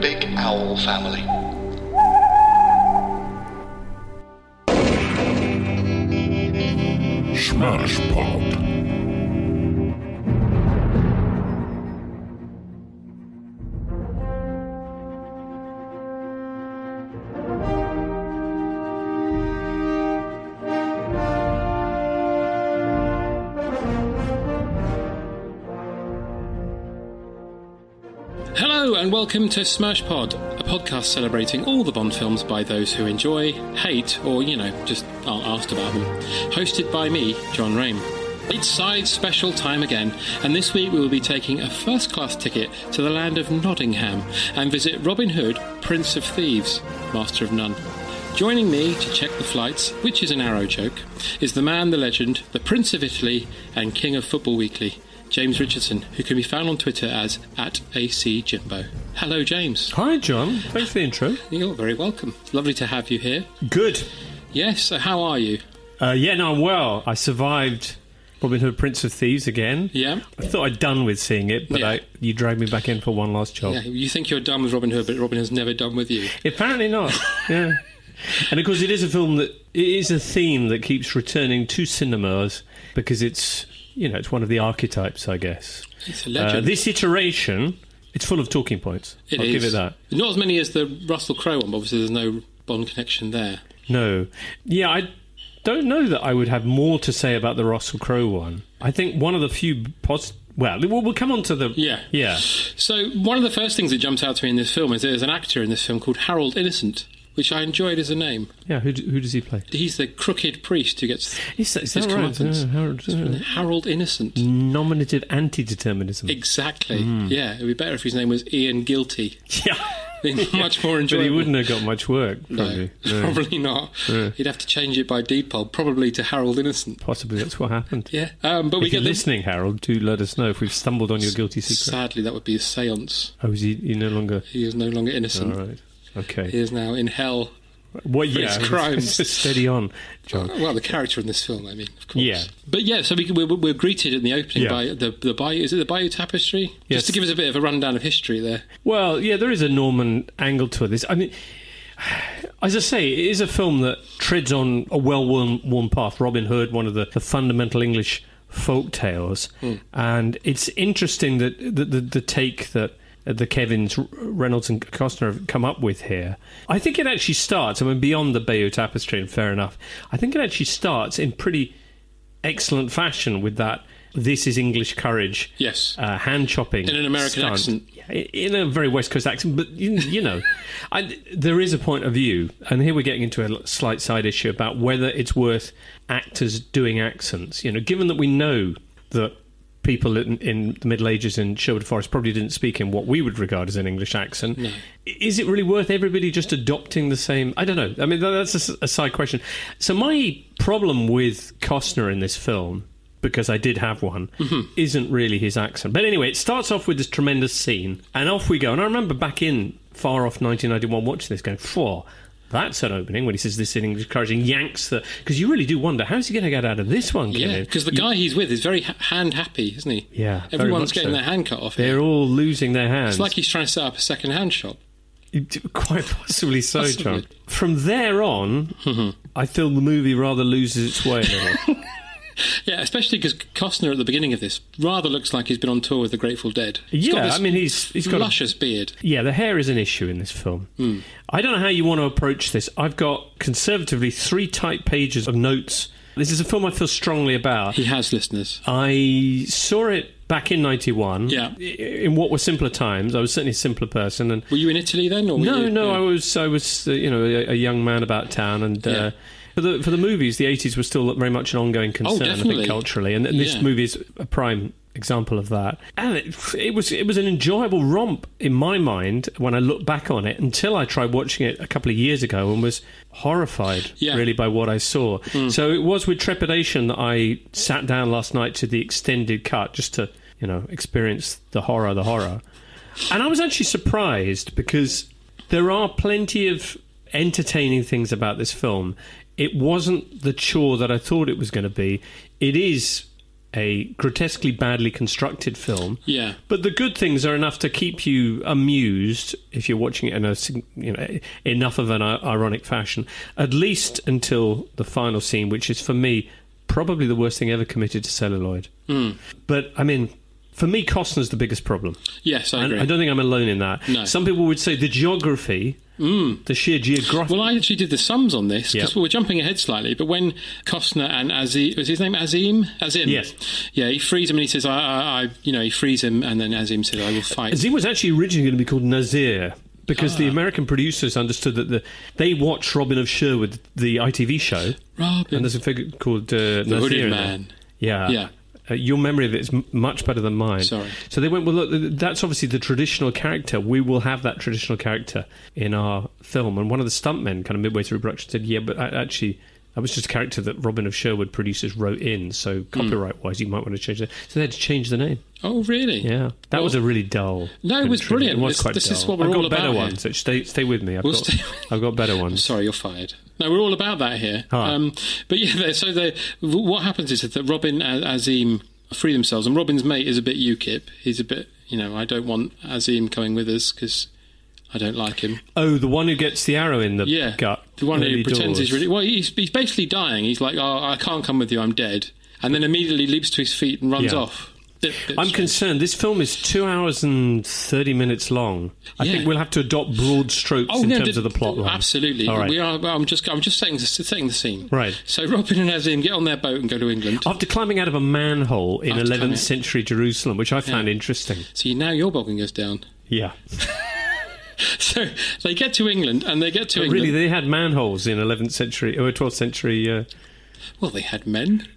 Big Owl Family. Smash Pod. Hello and welcome to Smash Pod, a podcast celebrating all the Bond films by those who enjoy, hate, or, you know, just aren't asked about them. Hosted by me, John Rame. It's side special time again, and this week we will be taking a first class ticket to the land of Nottingham and visit Robin Hood, Prince of Thieves, Master of None. Joining me to check the flights, which is an arrow joke, is the man, the legend, the Prince of Italy, and King of Football Weekly, James Richardson, who can be found on Twitter as at ACJimbo. Hello, James. Hi, John. Thanks for the intro. You're very welcome. Lovely to have you here. Good. Yes, so how are you? Uh, yeah, no, I'm well. I survived Robin Hood, Prince of Thieves again. Yeah. I thought I'd done with seeing it, but Yeah. I, you dragged me back in for one last job. Yeah, you think you're done with Robin Hood, but Robin Hood's never done with you. Apparently not. yeah. And of course, it is a film that it is a theme that keeps returning to cinemas because it's you know it's one of the archetypes, I guess. It's a legend. Uh, this iteration, it's full of talking points. It I'll is. give it that. Not as many as the Russell Crowe one, but obviously there's no Bond connection there. No. Yeah, I don't know that I would have more to say about the Russell Crowe one. I think one of the few pos. Well, we'll, we'll come on to the. Yeah. Yeah. So one of the first things that jumps out to me in this film is there's an actor in this film called Harold Innocent, which I enjoyed as a name. Yeah, who, d- who does he play? He's the crooked priest who gets Is that, is his that right? Mm. comeuppance. Yeah, Harold- yeah. Harold Innocent. Nominative anti determinism. Exactly. Mm. Yeah, it would be better if his name was Ian Guilty. yeah. It'd be much more But enjoyable. he wouldn't have got much work, probably. No, probably not. Yeah. He'd have to change it by deed poll, probably to Harold Innocent. Possibly that's what happened. Yeah, um, but If we you're get the- listening, Harold, do let us know if we've stumbled on your guilty secret. Sadly, that would be a séance. Oh, is he, he no longer. He is no longer innocent. All right. He Okay. is now in hell. Well, for yeah. his crimes. Steady on, John. Well, the character in this film, I mean, of course. Yeah. But yeah, so we, we're, we're greeted in the opening Yeah. by the the Bayou. Is it the Bayou Tapestry? Yes. Just to give us a bit of a rundown of history there. Well, yeah, there is a Norman angle to this. I mean, as I say, it is a film that treads on a well-worn worn path. Robin Hood, one of the, the fundamental English folk tales, and it's interesting that the, the, the take that uh, the Kevins, Reynolds, and Costner have come up with here. I think it actually starts. I mean, beyond the Bayeux Tapestry, and fair enough. I think it actually starts in pretty excellent fashion with that. This is English courage. Yes. Uh, hand chopping In an American stunt. accent. Yeah, in a very West Coast accent, but you, you know, I, there is a point of view, and here we're getting into a l- slight side issue about whether it's worth actors doing accents. You know, given that we know that people in, in the Middle Ages in Sherwood Forest probably didn't speak in what we would regard as an English accent, is it really worth everybody just adopting the same? I don't know. I mean, tha- that's a s a a side question. So my problem with Costner in this film because I did have one, Mm-hmm. isn't really his accent. But anyway, it starts off with this tremendous scene, and off we go. And I remember back in far off 1991 watching this going, four. That's an opening when he says this in English courage and yanks the. Because you really do wonder, how's he going to get out of this one, Yeah, Kenny? because the You- guy he's with is very ha- hand happy, isn't he? Yeah, very Everyone's much getting so. their hand cut off. They're here. all losing their hands. It's like he's trying to set up a second hand shop. Quite possibly so, Possibly. Mm-hmm. John. From there on, I feel the movie rather loses its way a little. Yeah, especially because Costner at the beginning of this rather looks like he's been on tour with the Grateful Dead. He's got Yeah, this I mean, he's he's got a- luscious beard. Yeah, the hair is an issue in this film. I don't know how you want to approach this. I've got conservatively three type pages of notes. This is a film I feel strongly about. He has listeners. I saw it back in 91. Yeah. i- In what were simpler times. I was certainly a simpler person and Were you in Italy then? Or were no, you- no, yeah. I was, I was, uh, you know, a, a young man about town, and Yeah. uh, for the for the movies, the eighties was still very much an ongoing concern, I Oh, definitely. think, culturally, and, and this Yeah. movie is a prime example of that. And it, it was it was an enjoyable romp in my mind when I look back on it, until I tried watching it a couple of years ago and was horrified, Yeah. Hmm. really, by what I saw. So it was with trepidation that I sat down last night to the extended cut just to. You know, experience the horror, the horror. And I was actually surprised because there are plenty of entertaining things about this film. It wasn't the chore that I thought it was going to be. It is a grotesquely badly constructed film. Yeah. But the good things are enough to keep you amused if you're watching it in a sig- you know enough of an i- ironic fashion, at least until the final scene, which is for me probably the worst thing ever committed to celluloid. But I mean, for me, Costner's the biggest problem. Yes, I And agree. I don't think I'm alone in that. No. Mm. Some people would say the geography, the sheer geography. Well, I actually did the sums on this because Yeah. we're jumping ahead slightly. But when Costner and Azim was his name Azim, Azim, Yes. yeah, he frees him and he says, "I, I, I you know," he frees him and then Azim says, "I will fight." Azim was actually originally going to be called Nazir because Ah. the American producers understood that the, they watched Robin of Sherwood, the ITV show, Robin. and there's a figure called uh, Nazir. Hooded in there. Man. Yeah. Yeah. Uh, your memory of it is m- much better than mine. Sorry. So they went, well, look, th- that's obviously the traditional character. We will have that traditional character in our film. And one of the stuntmen, kind of midway through production, said, yeah, but I, actually, that was just a character that Robin of Sherwood producers wrote in. So Hmm. copyright wise, you might want to change that. So they had to change the name. oh, really? Yeah. That Well, was a really dull. No, it was contribution. brilliant. It was This- quite this dull. is what we're I've got all better about here. ones. So stay, stay with me. I've, We'll got, stay- I've got better ones. Sorry, you're fired. No, we're all about that here. All right. Um, but yeah, they- so they, what happens is that Robin and Azim free themselves, and Robin's mate is a bit UKIP. He's a bit, you know, I don't want Azim coming with us because I don't like him. Oh, the one who gets the arrow in the yeah, gut. The one who early pretends he's doors. really well. He's, he's basically dying. He's like, "Oh, I can't come with you. I'm dead," and then immediately leaps to his feet and runs Yeah. off. Bit- bit I'm strange. concerned. This film is two hours and thirty minutes long. I Yeah. Oh, think we'll have to adopt broad strokes in terms did- of the plot line. Absolutely. All right. We are. well, I'm just. I'm just setting the, setting the scene. Right. So Robin and Azim get on their boat and go to England. After climbing out of a manhole in After climbing- 11th century Jerusalem, which I found interesting. See, now your boggin goes down. Yeah. So they get to England and they get to But England. Oh, really, they had manholes in 11th century or 12th century. Uh, well, they had men.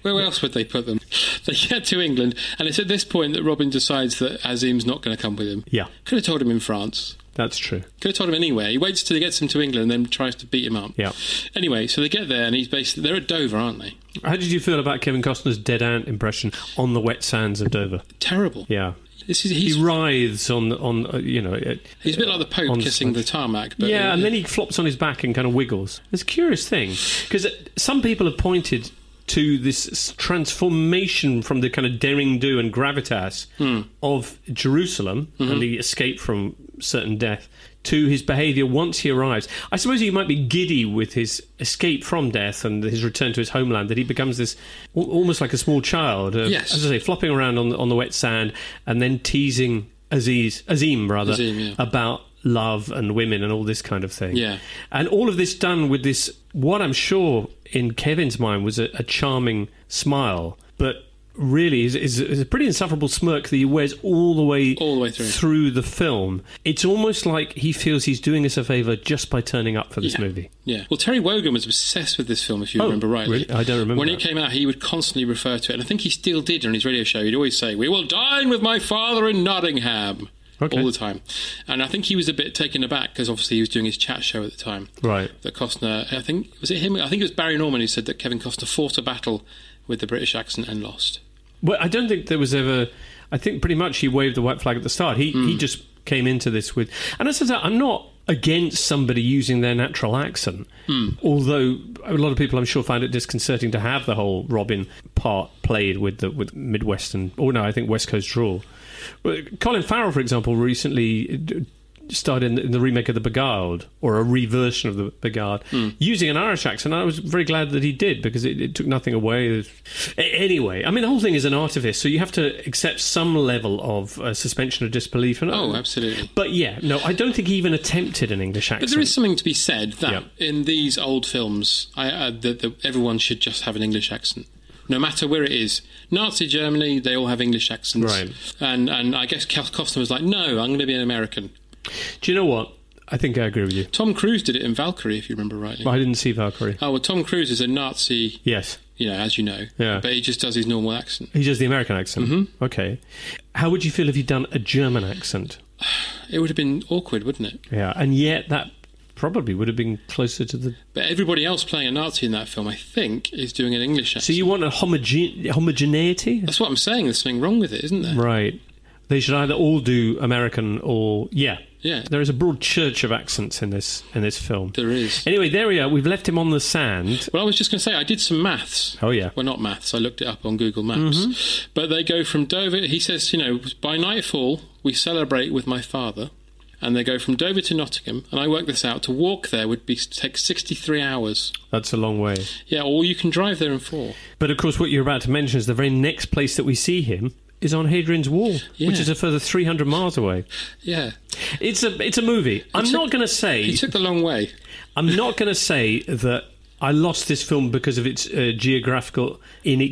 Where else would they put them? They get to England, and it's at this point that Robin decides that Azim's not going to come with him. Yeah. Could have told him in France. that's true. Could have told him anywhere. He waits till he gets him to England and then tries to beat him up. Yeah. Anyway, so they get there and he's basically they're at Dover, aren't they? How did you feel about Kevin Costner's dead ant impression on the wet sands of Dover? Terrible. Yeah. This is He he's writhes on, on uh, you know. It, he's a bit like the Pope on kissing the sponge. tarmac. But yeah, and then he flops on his back and kind of wiggles. It's a curious thing because some people have pointed to this s- transformation from the kind of daring do and gravitas Hmm. of Jerusalem and the escape from certain death to his behaviour once he arrives. I suppose he might be giddy with his escape from death and his return to his homeland that he becomes this al- almost like a small child. Uh, Yes. as I say, flopping around on the, on the wet sand and then teasing Aziz, Azim rather Azim, yeah. about love and women and all this kind of thing. Yeah. And all of this done with this, what I'm sure in Kevin's mind was a, a charming smile, but really is, is, is a pretty insufferable smirk that he wears all the way All the way through. the film. It's almost like he feels he's doing us a favour just by turning up for this Yeah. movie. Yeah. Well, Terry Wogan was obsessed with this film, if you Oh, remember rightly. really? I don't remember When it that. came out, he would constantly refer to it, and I think he still did on his radio show. He'd always say, "We will dine with my father in Nottingham." Okay. All the time, and I think he was a bit taken aback because obviously he was doing his chat show at the time. Right. That Costner, I think was it him? I think it was Barry Norman who said that Kevin Costner fought a battle with the British accent and lost. Well, I don't think there was ever. I think pretty much he waved the white flag at the start. He he just came into this with, and as I said, I'm not against somebody using their natural accent. Although a lot of people, I'm sure, find it disconcerting to have the whole Robin part played with the with oh, Midwestern, or no, I think West Coast drawl. Well, Colin Farrell, for example, recently. uh, d- starred in the, in the remake of The Beguiled or a reversion of The Beguiled Hmm. using an Irish accent. I was very glad that he did because it, it took nothing away. A- Anyway, I mean, the whole thing is an artifice, so you have to accept some level of uh, suspension of disbelief. And, Oh, absolutely. But yeah, no, I don't think he even attempted an English But accent. there is something to be said that Yeah. in these old films, I, I, that that everyone should just have an English accent, no matter where it is. Nazi Germany, they all have English accents, Right. And and I guess Cal- Costner was like, "No, I'm going to be an American." Do you know what? I think I agree with you. Tom Cruise did it in Valkyrie, if you remember rightly. I didn't see Valkyrie. Oh well, Tom Cruise is a Nazi, Yes. you know, as you know, Yeah. but he just does his normal accent. He does the American accent. Mm-hmm. Okay. How would you feel if he'd done a German accent? It would have been awkward, wouldn't it? Yeah. And yet that probably would have been closer to the. But everybody else playing a Nazi in that film, I think, is doing an English accent. So you want a homogen- homogeneity? That's what I'm saying. There's something wrong with it, isn't there? Right. They should either all do American or yeah. Yeah. There is a broad church of accents in this in this film. There is. Anyway, there we are. We've left him on the sand. Well, I was just going to say, I did some maths. Oh, yeah. Well, not maths. I looked it up on Google Maps. Mm-hmm. But they go from Dover. He says, you know, by nightfall, we celebrate with my father. And they go from Dover to Nottingham. And I worked this out. To walk there would be take 63 hours. That's a long way. Yeah, or you can drive there in four. But of course, what you're about to mention is the very next place that we see him is on Hadrian's Wall, Yeah. which is a further 300 miles away. Yeah. It's a it's a movie. I'm took- not going to say He took the long way. I'm not going to say that I lost this film because of its uh, geographical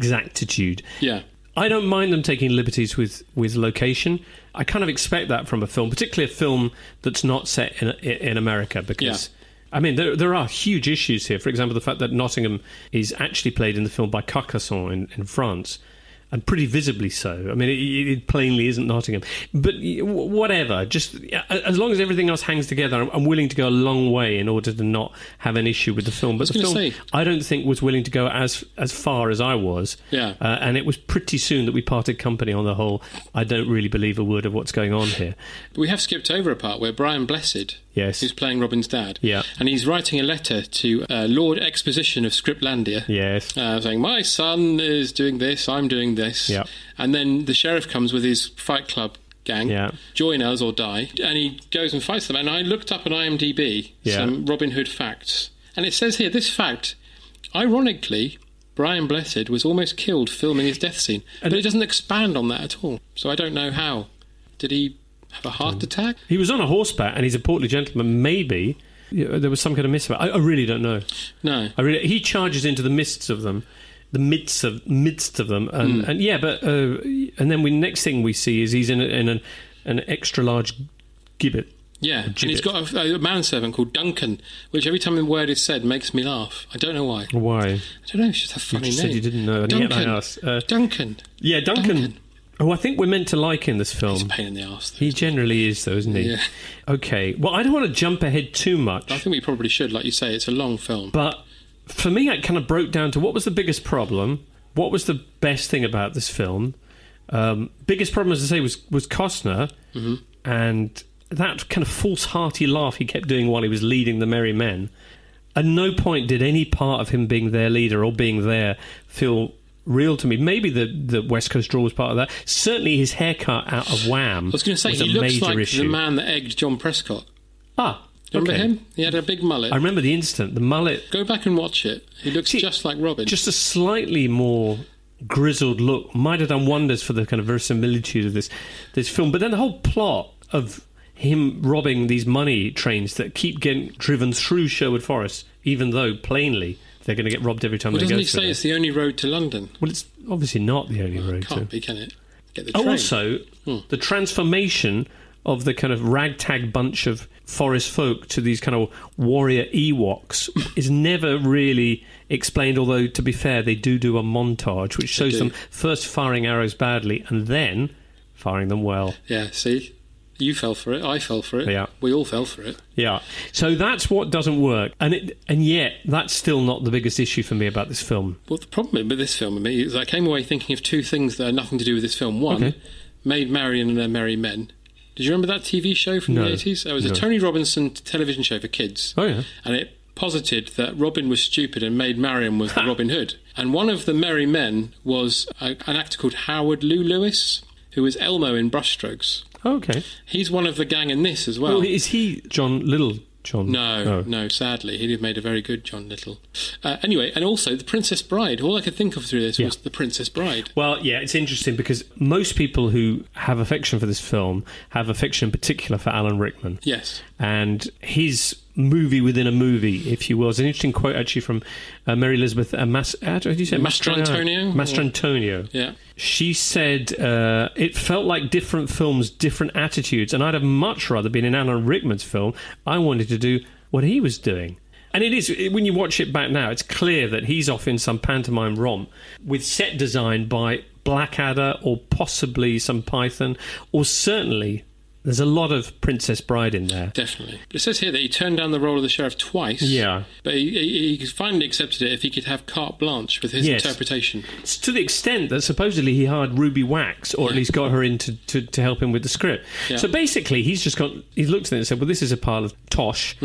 inexactitude. Yeah. I don't mind them taking liberties with, with location. I kind of expect that from a film, particularly a film that's not set in in America, because I mean there there are huge issues here. For example, the fact that Nottingham is actually played in the film by Carcassonne in, in France, and pretty visibly so. I mean, it, it plainly isn't Nottingham, but y- whatever. Just yeah, as long as everything else hangs together, I'm, I'm willing to go a long way in order to not have an issue with the film. But was the gonna film, say- I don't think was willing to go as as far as I was. Yeah. Uh, and it was pretty soon that we parted company on the whole. I don't really believe a word of what's going on here. We have skipped over a part where Brian Blessed, Yes. who's playing Robin's dad, Yeah. and he's writing a letter to uh, Lord Exposition of Scriptlandia, Yes. uh, saying, "My son is doing this, I'm doing this," Yeah. and then the sheriff comes with his Fight Club gang, Yeah. join us or die, and he goes and fights them. And I looked up on IMDb Yeah. some Robin Hood facts, and it says here this fact, ironically. Brian Blessed was almost killed filming his death scene, but it doesn't expand on that at all. So I don't know how. Did he have a Hmm. heart attack? He was on a horseback, and he's a portly gentleman. Maybe yeah, there was some kind of miss. I, I really don't know. No. I really, he charges into the mists of them, the midst of midst of them, and, Hmm. and yeah, but uh, and then we next thing we see is he's in, a, in an an extra large gibbet. Yeah, and he's gibbet. got a, a manservant called Duncan, which every time the word is said makes me laugh. I don't know why. I Why? don't know. It's just a funny just name. said you didn't know, and yet I Duncan. asked, uh, Duncan. Yeah, Duncan. Duncan. Oh, I think we're meant to like in this film. He's a pain in the ass. Though. He generally is, though, isn't he? Yeah. Okay. Well, I don't want to jump ahead too I much, think we probably should, like you say, it's a long film. but for me, it kind of broke down to what was the biggest problem, what was the best thing about this film. Um, biggest problem, as I say, was was Costner, Mm-hmm. and that kind of false hearty laugh he kept doing while he was leading the Merry Men. At no point did any part of him being their leader or being there feel real to me. Maybe the, the West Coast draw was part of that. Certainly, his haircut out of Wham I was going to say was he a looks major like issue. the man that egged John Prescott. Ah, Remember okay. him? He had a big mullet. I remember the instant. The mullet, Go back and watch it. He looks See, just like Robin. just a slightly more grizzled look, might have done wonders for the kind of verisimilitude of this this film. But then the whole plot of him robbing these money trains that keep getting driven through Sherwood Forest, even though plainly they're going to get robbed every time well, they doesn't go he through say there. it's the only road to London? Well, it's obviously not the only road. to- Can't be, can it? Get the train. Oh, Hmm. also the transformation of the kind of ragtag bunch of forest folk to these kind of warrior Ewoks is never really explained. Although, to be fair, they do do a montage which shows do. them first firing arrows badly and then firing them well. Yeah, see? You fell for it. I fell for it. Yeah. We all fell for it. Yeah. So that's what doesn't work, and it, and yet that's still not the biggest issue for me about this film. Well, the problem with this film, with me, is I came away thinking of two things that are nothing to do with this film. One, Okay. Maid Marian and Her Merry Men. Did you remember that TV show from No. the 80s? It was No. a Tony Robinson television show for kids. Oh, yeah. And it posited that Robin was stupid and Maid Marian was the Robin Hood. And one of the Merry Men was a, an actor called Howard Lou Lewis, who was Elmo in Brushstrokes. Okay. He's one of the gang in this as well. Well, is he John Little John? No, Oh. no, sadly. He did made a very good John Little. Uh, anyway, and also The Princess Bride. All I could think of through this Yeah. was The Princess Bride. Well, yeah, it's interesting because most people who have affection for this film have affection in particular for Alan Rickman. Yes. and his movie within a movie, if you will. It's an interesting quote actually from uh, Mary Elizabeth uh, Mas- how do you say it? Mastrantonio? Mastrantonio. Yeah. She said uh, it felt like different films, different attitudes, and I'd have much rather been in Alan Rickman's film. I wanted to do what he was doing. And it is, when you watch it back now, it's clear that he's off in some pantomime romp with set design by Blackadder or possibly some Python, or certainly there's a lot of Princess Bride in there. Definitely. It says here that he turned down the role of the sheriff twice. Yeah. But he, he, he finally accepted it if he could have carte blanche with his Yes. interpretation. It's to the extent that supposedly he hired Ruby Wax, or at least got her in to, to, to help him with the script. Yeah. So basically, he's just got he looked at it and said, "Well, this is a pile of tosh,"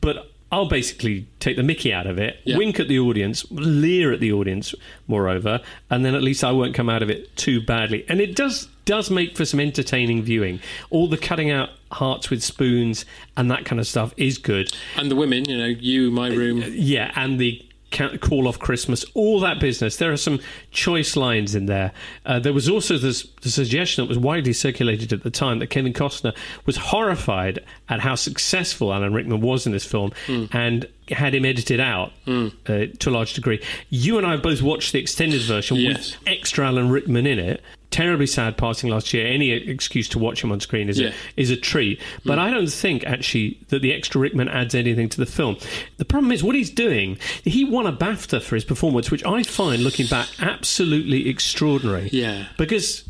but I'll basically take the Mickey out of it, Mm-hmm. Yeah. wink at the audience, leer at the audience, moreover, and then at least I won't come out of it too badly. And it does does make for some entertaining viewing. All the cutting out hearts with spoons and that kind of stuff is good. And the women, you know, you, my room. Uh, Yeah, and the ca- call off Christmas, all that business. There are some choice lines in there. Uh, there was also this, the suggestion that was widely circulated at the time that Kevin Costner was horrified at how successful Alan Rickman was in this film and had him edited out uh, to a large degree. You and I have both watched the extended version Yes. with extra Alan Rickman in it. Terribly sad passing last year. Any excuse to watch him on screen is Yeah. Mm. a, is a treat. But I don't think actually that the extra Rickman adds anything to the film. The problem is what he's doing. He won a BAFTA for his performance, which I find, looking back, absolutely extraordinary. Yeah. Because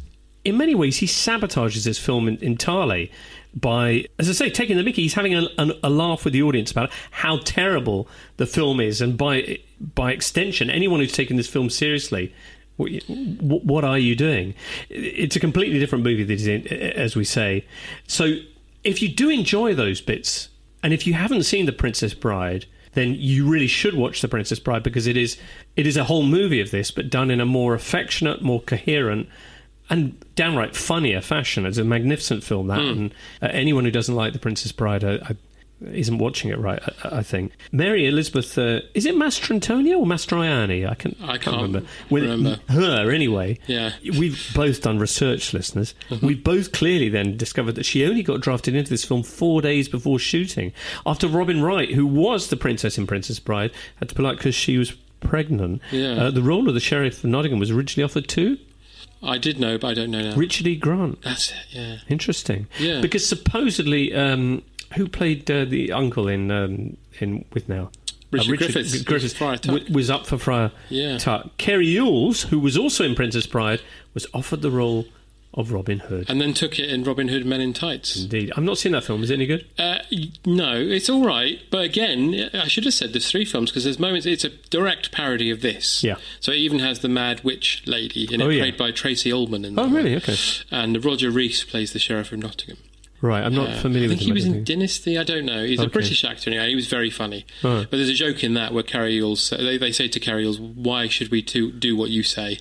in many ways he sabotages this film en- entirely by, as I say, taking the Mickey. He's having a, an- a laugh with the audience about how terrible the film is, and by by extension, anyone who's taken this film seriously. What, you- wh- what are you doing? It's a completely different movie, that he's in, as we say. So, if you do enjoy those bits, and if you haven't seen The Princess Bride, then you really should watch The Princess Bride because it is it is a whole movie of this, but done in a more affectionate, more coherent, and downright funnier fashion. It's a magnificent film Hmm. that, and uh, anyone who doesn't like The Princess Bride I, I, isn't watching it right. uh, I, I think Mary Elizabeth uh, is it Mastrantonio or Mastroianni? I can I can't, can't remember. With remember. her anyway. Yeah. Mm-hmm. we've both done research, listeners. We've both clearly then discovered that she only got drafted into this film four days before shooting, after Robin Wright, who was the princess in Princess Bride, had to pull out because she was pregnant. Yeah. Uh, the role of the sheriff of Nottingham was originally offered to I did know, but I don't know now. Richard E. Grant. That's it, Uh, yeah. Interesting. Yeah. Because supposedly, um, who played uh, the uncle in um, in with now? Richard Griffiths. G- Uh, Griffiths Friar Tuck. w- was up for Friar Yeah. Tuck. Kerry Yules, who was also in Princess Bride, was offered the role of Robin Hood. And then took it in Robin Hood Men in Tights. Indeed, I've not seen that film. Is it any good? Uh, no, it's all right. But again, I should have said there's three films because there's moments. It's a direct parody of this. Yeah. So it even has the Mad Witch lady in it, Oh, yeah. played by Tracy Ullman. In Oh, that really? one. Okay. And Roger Reese plays the sheriff of Nottingham. Right, I'm not Uh, familiar I think with. he him, was I in don't think. Dynasty. I don't know. He's a Okay. British actor anyway. He was very funny. Right. But there's a joke in that where Carrie Yules, uh, they, they say to Carrie Yules, "Why should we to, do what you say?"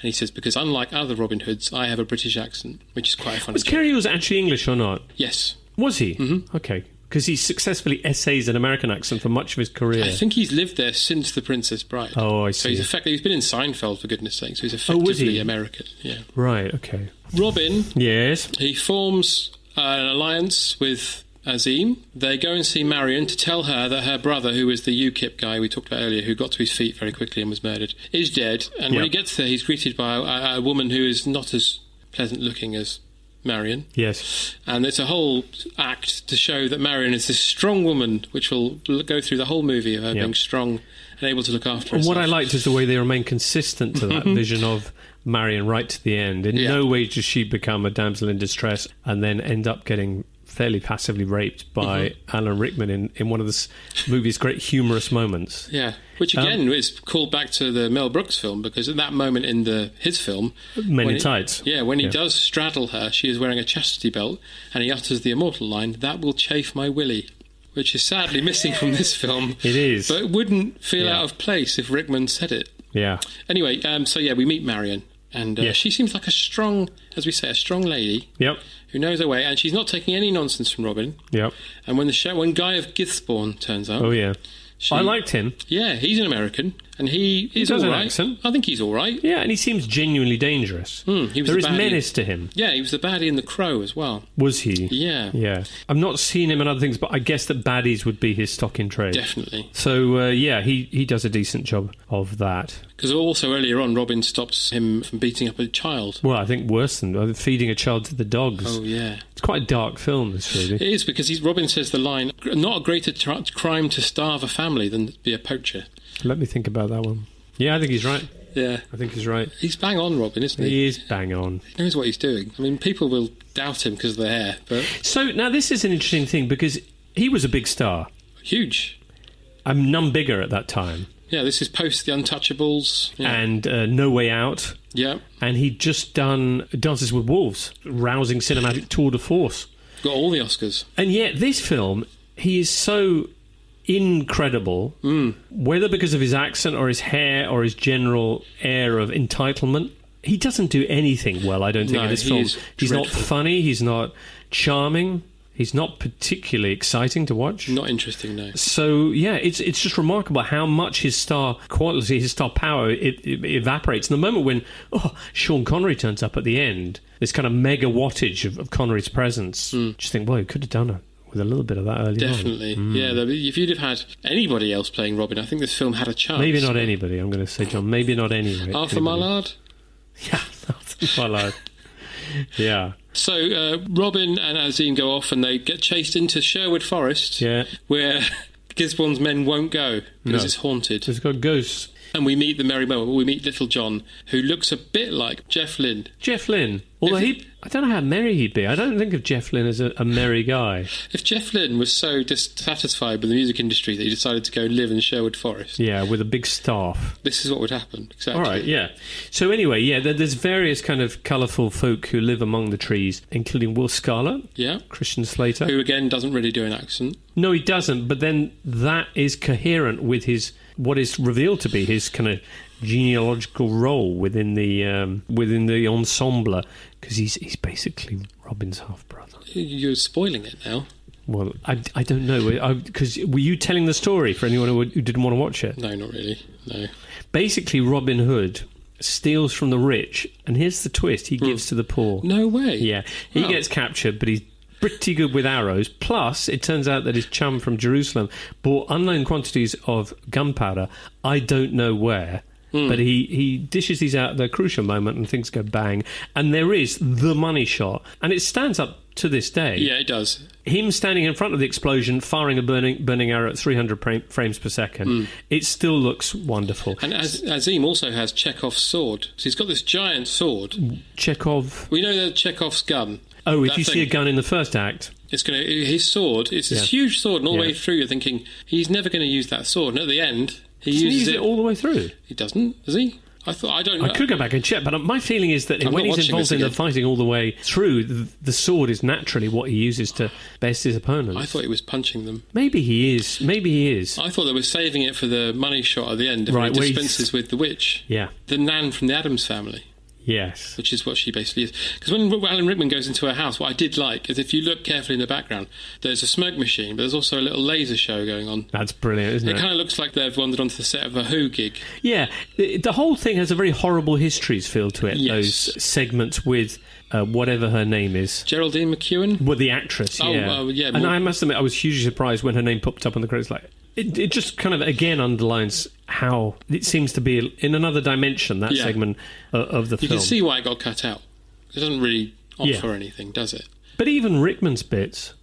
And he says, "Because unlike other Robin Hoods, I have a British accent," which is quite a funny. Was joke. Kerry Yules actually English or not? Yes. Was he? Mm-hmm. Okay, because he successfully essays an American accent for much of his career. I think he's lived there since The Princess Bride. Oh, I So he's see. effectively he's been in Seinfeld for goodness' sake. So he's Oh, effectively was he? American. Yeah. right. Okay. Robin Yes. he forms an alliance with Azim. They go and see Marion to tell her that her brother, who is the UKIP guy we talked about earlier, who got to his feet very quickly and was murdered, is dead. And Yeah. when he gets there, he's greeted by a, a woman who is not as pleasant looking as Marion. Yes. And it's a whole act to show that Marion is this strong woman, which will l- go through the whole movie of her Yeah. being strong and able to look after And herself. what I liked is the way they remain consistent to that vision of Marion right to the end. In Mm-hmm. Yeah. no way does she become a damsel in distress and then end up getting fairly passively raped by Mm-hmm. Alan Rickman in, in one of this movie's great humorous moments. Yeah, which Um, again is called back to the Mel Brooks film because at that moment in the his film, Men when in he- Tights. Yeah, when he Yeah. does straddle her, she is wearing a chastity belt, and he utters the immortal line, "That will chafe my willy," which is sadly missing from this film. It is. but it wouldn't feel Yeah. out of place if Rickman said it. Yeah. Anyway, um, so yeah, we meet Marion. And uh, Yeah. she seems like a strong, as we say, a strong lady Yep. who knows her way, and she's not taking any nonsense from Robin. Yep. And when the show, when Guy of Githspawn turns up, Oh yeah. she- I liked him. Yeah, he's an American, and he is does all an right. accent. I think he's all right. Yeah, and he seems genuinely dangerous. Hmm, he was there a is baddie. menace to him. Yeah, he was the baddie in The Crow as well. Was he? Yeah, Yeah. I've not seen him in other things, but I guess that baddies would be his stock in trade. definitely. So uh, yeah, he he does a decent job of that. Because also earlier on, Robin stops him from beating up a child. Well, I think worse than uh, feeding a child to the dogs. Oh yeah, It's quite a dark film, this it really. is because he's, Robin says the line: "Not a greater tra- crime to starve a family than to be a poacher." Let me think about that one. Yeah, I think he's right. Yeah, I think he's right. he's bang on, Robin, isn't he? He is bang on. He knows what he's doing. I mean, people will doubt him because of their hair, but So now this is an interesting thing because he was a big star. huge. I'm none bigger at that time, Yeah, this is post the Untouchables. Yeah, and uh, No Way Out, yeah. and he'd just done Dances with Wolves, rousing cinematic tour de force. got all the Oscars. And yet, this film, he is so incredible, Mm. whether because of his accent or his hair or his general air of entitlement. He doesn't do anything well, I don't think, No, in this he film. is He's not dreadful. funny, he's not charming, he's not particularly exciting to watch. Not interesting, no. So yeah, it's it's just remarkable how much his star quality, his star power, it, it evaporates. And the moment when oh, Sean Connery turns up at the end, this kind of mega wattage of, of Connery's presence, just think, well, he could have done it with a little bit of that earlier Definitely. Mm. Yeah, there'd be- if you'd have had anybody else playing Robin, I think this film had a chance. on. Maybe not anybody. I'm going to say, John. Maybe not anybody. Arthur anybody. Mallard. Yeah, Arthur Mallard. yeah, So uh, Robin and Azim go off and they get chased into Sherwood Forest, yeah. where Gisborne's men won't go because No. it's haunted. It's got ghosts. And we meet the Merry Mo. We meet Little John, who looks a bit like Jeff Lynne. Jeff Lynne. Although If- he, I don't know how merry he'd be. I don't think of Jeff Lynne as a, a merry guy. If Jeff Lynne was so dissatisfied with the music industry that he decided to go live in Sherwood Forest, Yeah, with a big staff. this is what would happen. Exactly. All right, yeah. So anyway, yeah, there, there's various kind of colourful folk who live among the trees, including Will Scarlet, Yeah. Christian Slater. Who again doesn't really do an accent. No, he doesn't. But then that is coherent with his what is revealed to be his kind of genealogical role within the um, within the ensemble, because he's he's basically Robin's half brother. You're spoiling it now. Well, I, I don't know because were you telling the story for anyone who, who didn't want to watch it? No, not really. No. Basically, Robin Hood steals from the rich, and here's the twist: he gives to the poor. Hmm. No way. Yeah, he Wow. gets captured, but he's pretty good with arrows. Plus, it turns out that his chum from Jerusalem bought unknown quantities of gunpowder. I don't know where. Hmm. But he, he dishes these out at the crucial moment and things go bang. And there is the money shot. And it stands up to this day. Yeah, it does. Him standing in front of the explosion, firing a burning, burning arrow at 300 pra- frames per second. It still looks wonderful. Hmm. And Az- Azim also has Chekhov's sword. So he's got this giant sword. Chekhov. We know that Chekhov's gun. Oh, if That you see a thing- gun in the first act, It's gonna his sword. It's this Yeah. huge sword, and all the Yeah. way through, you're thinking he's never going to use that sword. And at the end, he you uses use it all the way through. He doesn't, does he? I thought I don't. I know. could go back and check, but my feeling is that I'm when not watching he's involved this in the again. fighting all the way through, the, the sword is naturally what he uses to best his opponent. I thought he was punching them. maybe he is. Maybe he is. I thought they were saving it for the money shot at the end. Right, Right, where he he's- dispenses with the witch, yeah. the nan from the Adams family. Yes. which is what she basically is. Because when R- Alan Rickman goes into her house, what I did like is if you look carefully in the background, there's a smoke machine, but there's also a little laser show going on. That's brilliant, isn't It it? kind of looks like they've wandered onto the set of a Who gig. Yeah. The, the whole thing has a very horrible histories feel to it. Yes. Those segments with uh, whatever her name is. Geraldine McEwen. Well, the actress. Oh, yeah. uh, yeah, And more- I must admit, I was hugely surprised when her name popped up on the credits. Like, it, it just kind of again underlines how it seems to be in another dimension that Yeah. segment uh, of the You film. can see why it got cut out. It doesn't really offer Yeah. anything, does it? But even Rickman's bits.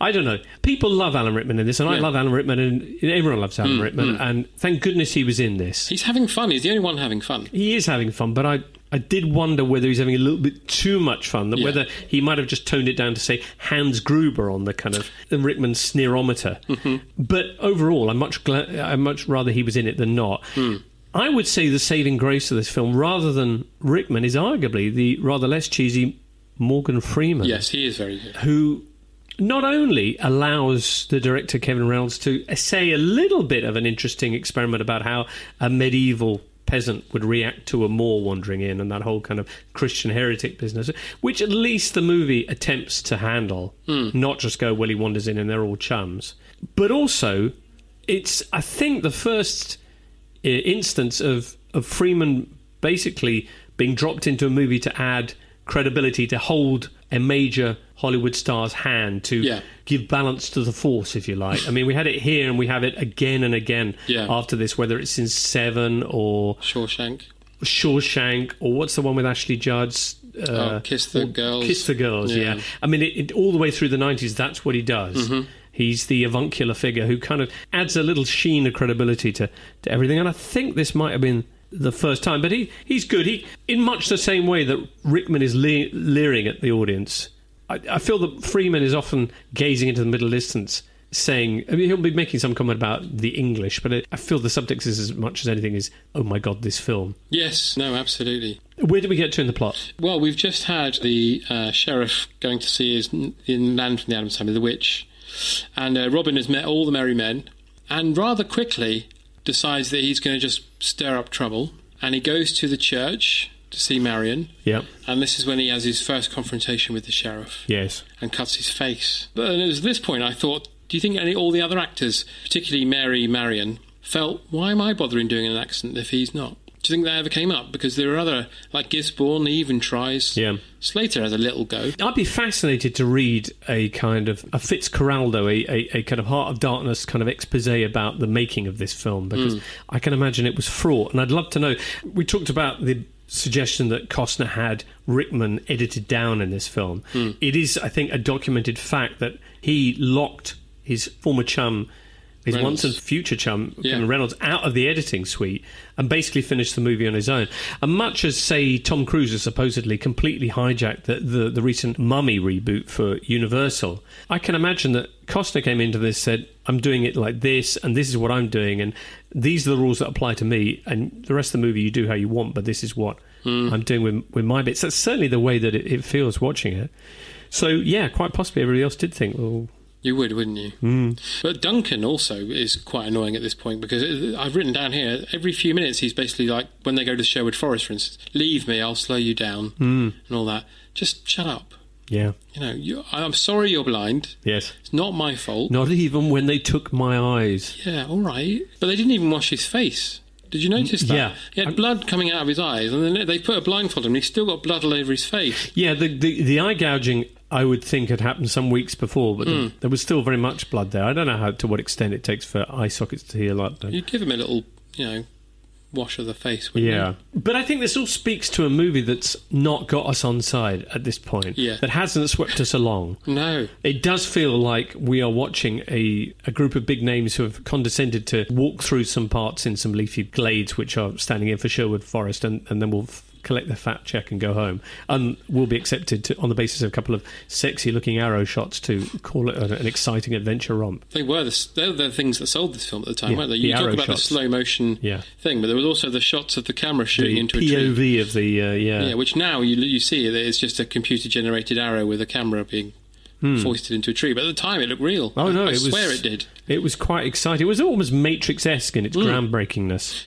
I don't know. People love Alan Rickman in this, and I Yeah. Hmm, love Alan Rickman, and everyone loves Alan Rickman. And thank goodness he was in this. He's having fun. He's the only one having fun. He is having fun, but I, I did wonder whether he's having a little bit too much fun, that Yeah. whether he might have just toned it down to say Hans Gruber on the kind of the Rickman sneerometer. Mm-hmm. But overall, I'm much glad, I'm much rather he was in it than not. Hmm. I would say the saving grace of this film, rather than Rickman, is arguably the rather less cheesy Morgan Freeman Yes, he is very good. who not only allows the director Kevin Reynolds to say a little bit of an interesting experiment about how a medieval peasant would react to a Moor wandering in and that whole kind of Christian heretic business, which at least the movie attempts to handle, not just go, well, he wanders in and they're all chums. But also, it's, I think, the first i- instance of, of Freeman basically being dropped into a movie to add credibility, to hold a major Hollywood star's hand, to Yeah. give balance to the force, if you like. I mean, we had it here and we have it again and again Yeah. after this, whether it's in Seven or Shawshank. Shawshank or what's the one with Ashley Judd's. Uh, Oh, Kiss the or Girls. Kiss the Girls, yeah. Yeah. Mm-hmm. I mean, it, it, all the way through the 90s, that's what he does. He's the avuncular figure who kind of adds a little sheen of credibility to, to everything. And I think this might have been the first time, but he, he's good. He, in much the same way that Rickman is le- leering at the audience, I, I feel that Freeman is often gazing into the middle distance. Saying, I mean, he'll be making some comment about the English, but I I feel the subtext is as much as anything is, oh my god, this film. Yes, no, absolutely. Where did we get to in the plot? Well, we've just had the uh, sheriff going to see his n- in Land from the Adams Family, the witch, and uh, Robin has met all the merry men, and rather quickly decides that he's going to just stir up trouble, and he goes to the church to see Marion, Yeah. and this is when he has his first confrontation with the sheriff Yes. and cuts his face. But it was at this point I thought, do you think any all the other actors, particularly Mary Marion, felt why am I bothering doing an accent if he's not? Do you think that ever came up? Because there are other like Gisborne, he even tries. Yeah. Slater has a little go. I'd be fascinated to read a kind of a Fitzcarraldo, a, a, a kind of Heart of Darkness kind of expose about the making of this film because I can imagine it was fraught. And I'd love to know. We talked about the suggestion that Costner had Rickman edited down in this film. It is, I think, a documented fact that he locked his former chum. His Reynolds. once and future chum, Yeah. Kevin Reynolds, out of the editing suite and basically finished the movie on his own. And much as, say, Tom Cruise has supposedly completely hijacked the, the, the recent Mummy reboot for Universal, I can imagine that Costner came into this, said, I'm doing it like this, and this is what I'm doing, and these are the rules that apply to me, and the rest of the movie you do how you want, but this is what I'm doing with, with my bits. That's certainly the way that it, it feels watching it. So, yeah, quite possibly everybody else did think, well, You would, wouldn't you? Mm. But Duncan also is quite annoying at this point because it, I've written down here every few minutes he's basically like when they go to Sherwood Forest, for instance, leave me, I'll slow you down, mm. and all that. Just shut up. yeah, You know, you, I'm sorry you're blind. yes. It's not my fault. Not even when they took my eyes. Yeah, all right. But they didn't even wash his face. Did you notice that? yeah. He had I'm- blood coming out of his eyes, and then they put a blindfold on him, and he's still got blood all over his face. Yeah, the, the, the eye gouging, I would think, had happened some weeks before, but the- there was still very much blood there. I don't know how to what extent it takes for eye sockets to heal up. Though. You'd give him a little, you know, wash of the face, wouldn't Yeah. But I think this all speaks to a movie that's not got us on side at this point, Yeah. that hasn't swept us along. you? No. It does feel like we are watching a, a group of big names who have condescended to walk through some parts in some leafy glades which are standing in for Sherwood Forest, and, and then we'll f- collect the fat check and go home. And we'll be accepted to, on the basis of a couple of sexy looking arrow shots to call it an, an exciting adventure romp. They were the, s- they were the things that sold this film at the time, Yeah, weren't they? the You talk arrow about shots. the slow motion Yeah. thing, but there was also the shots of the camera shooting The into a POV tree. of the, uh, yeah. Yeah, which now you, you see that it's just a computer generated arrow with a camera being foisted into a tree. But at the time, it looked real. Hmm. Oh I- no! I it was, swear it did. It was quite exciting. It was almost Matrix-esque in its Hmm. groundbreakingness.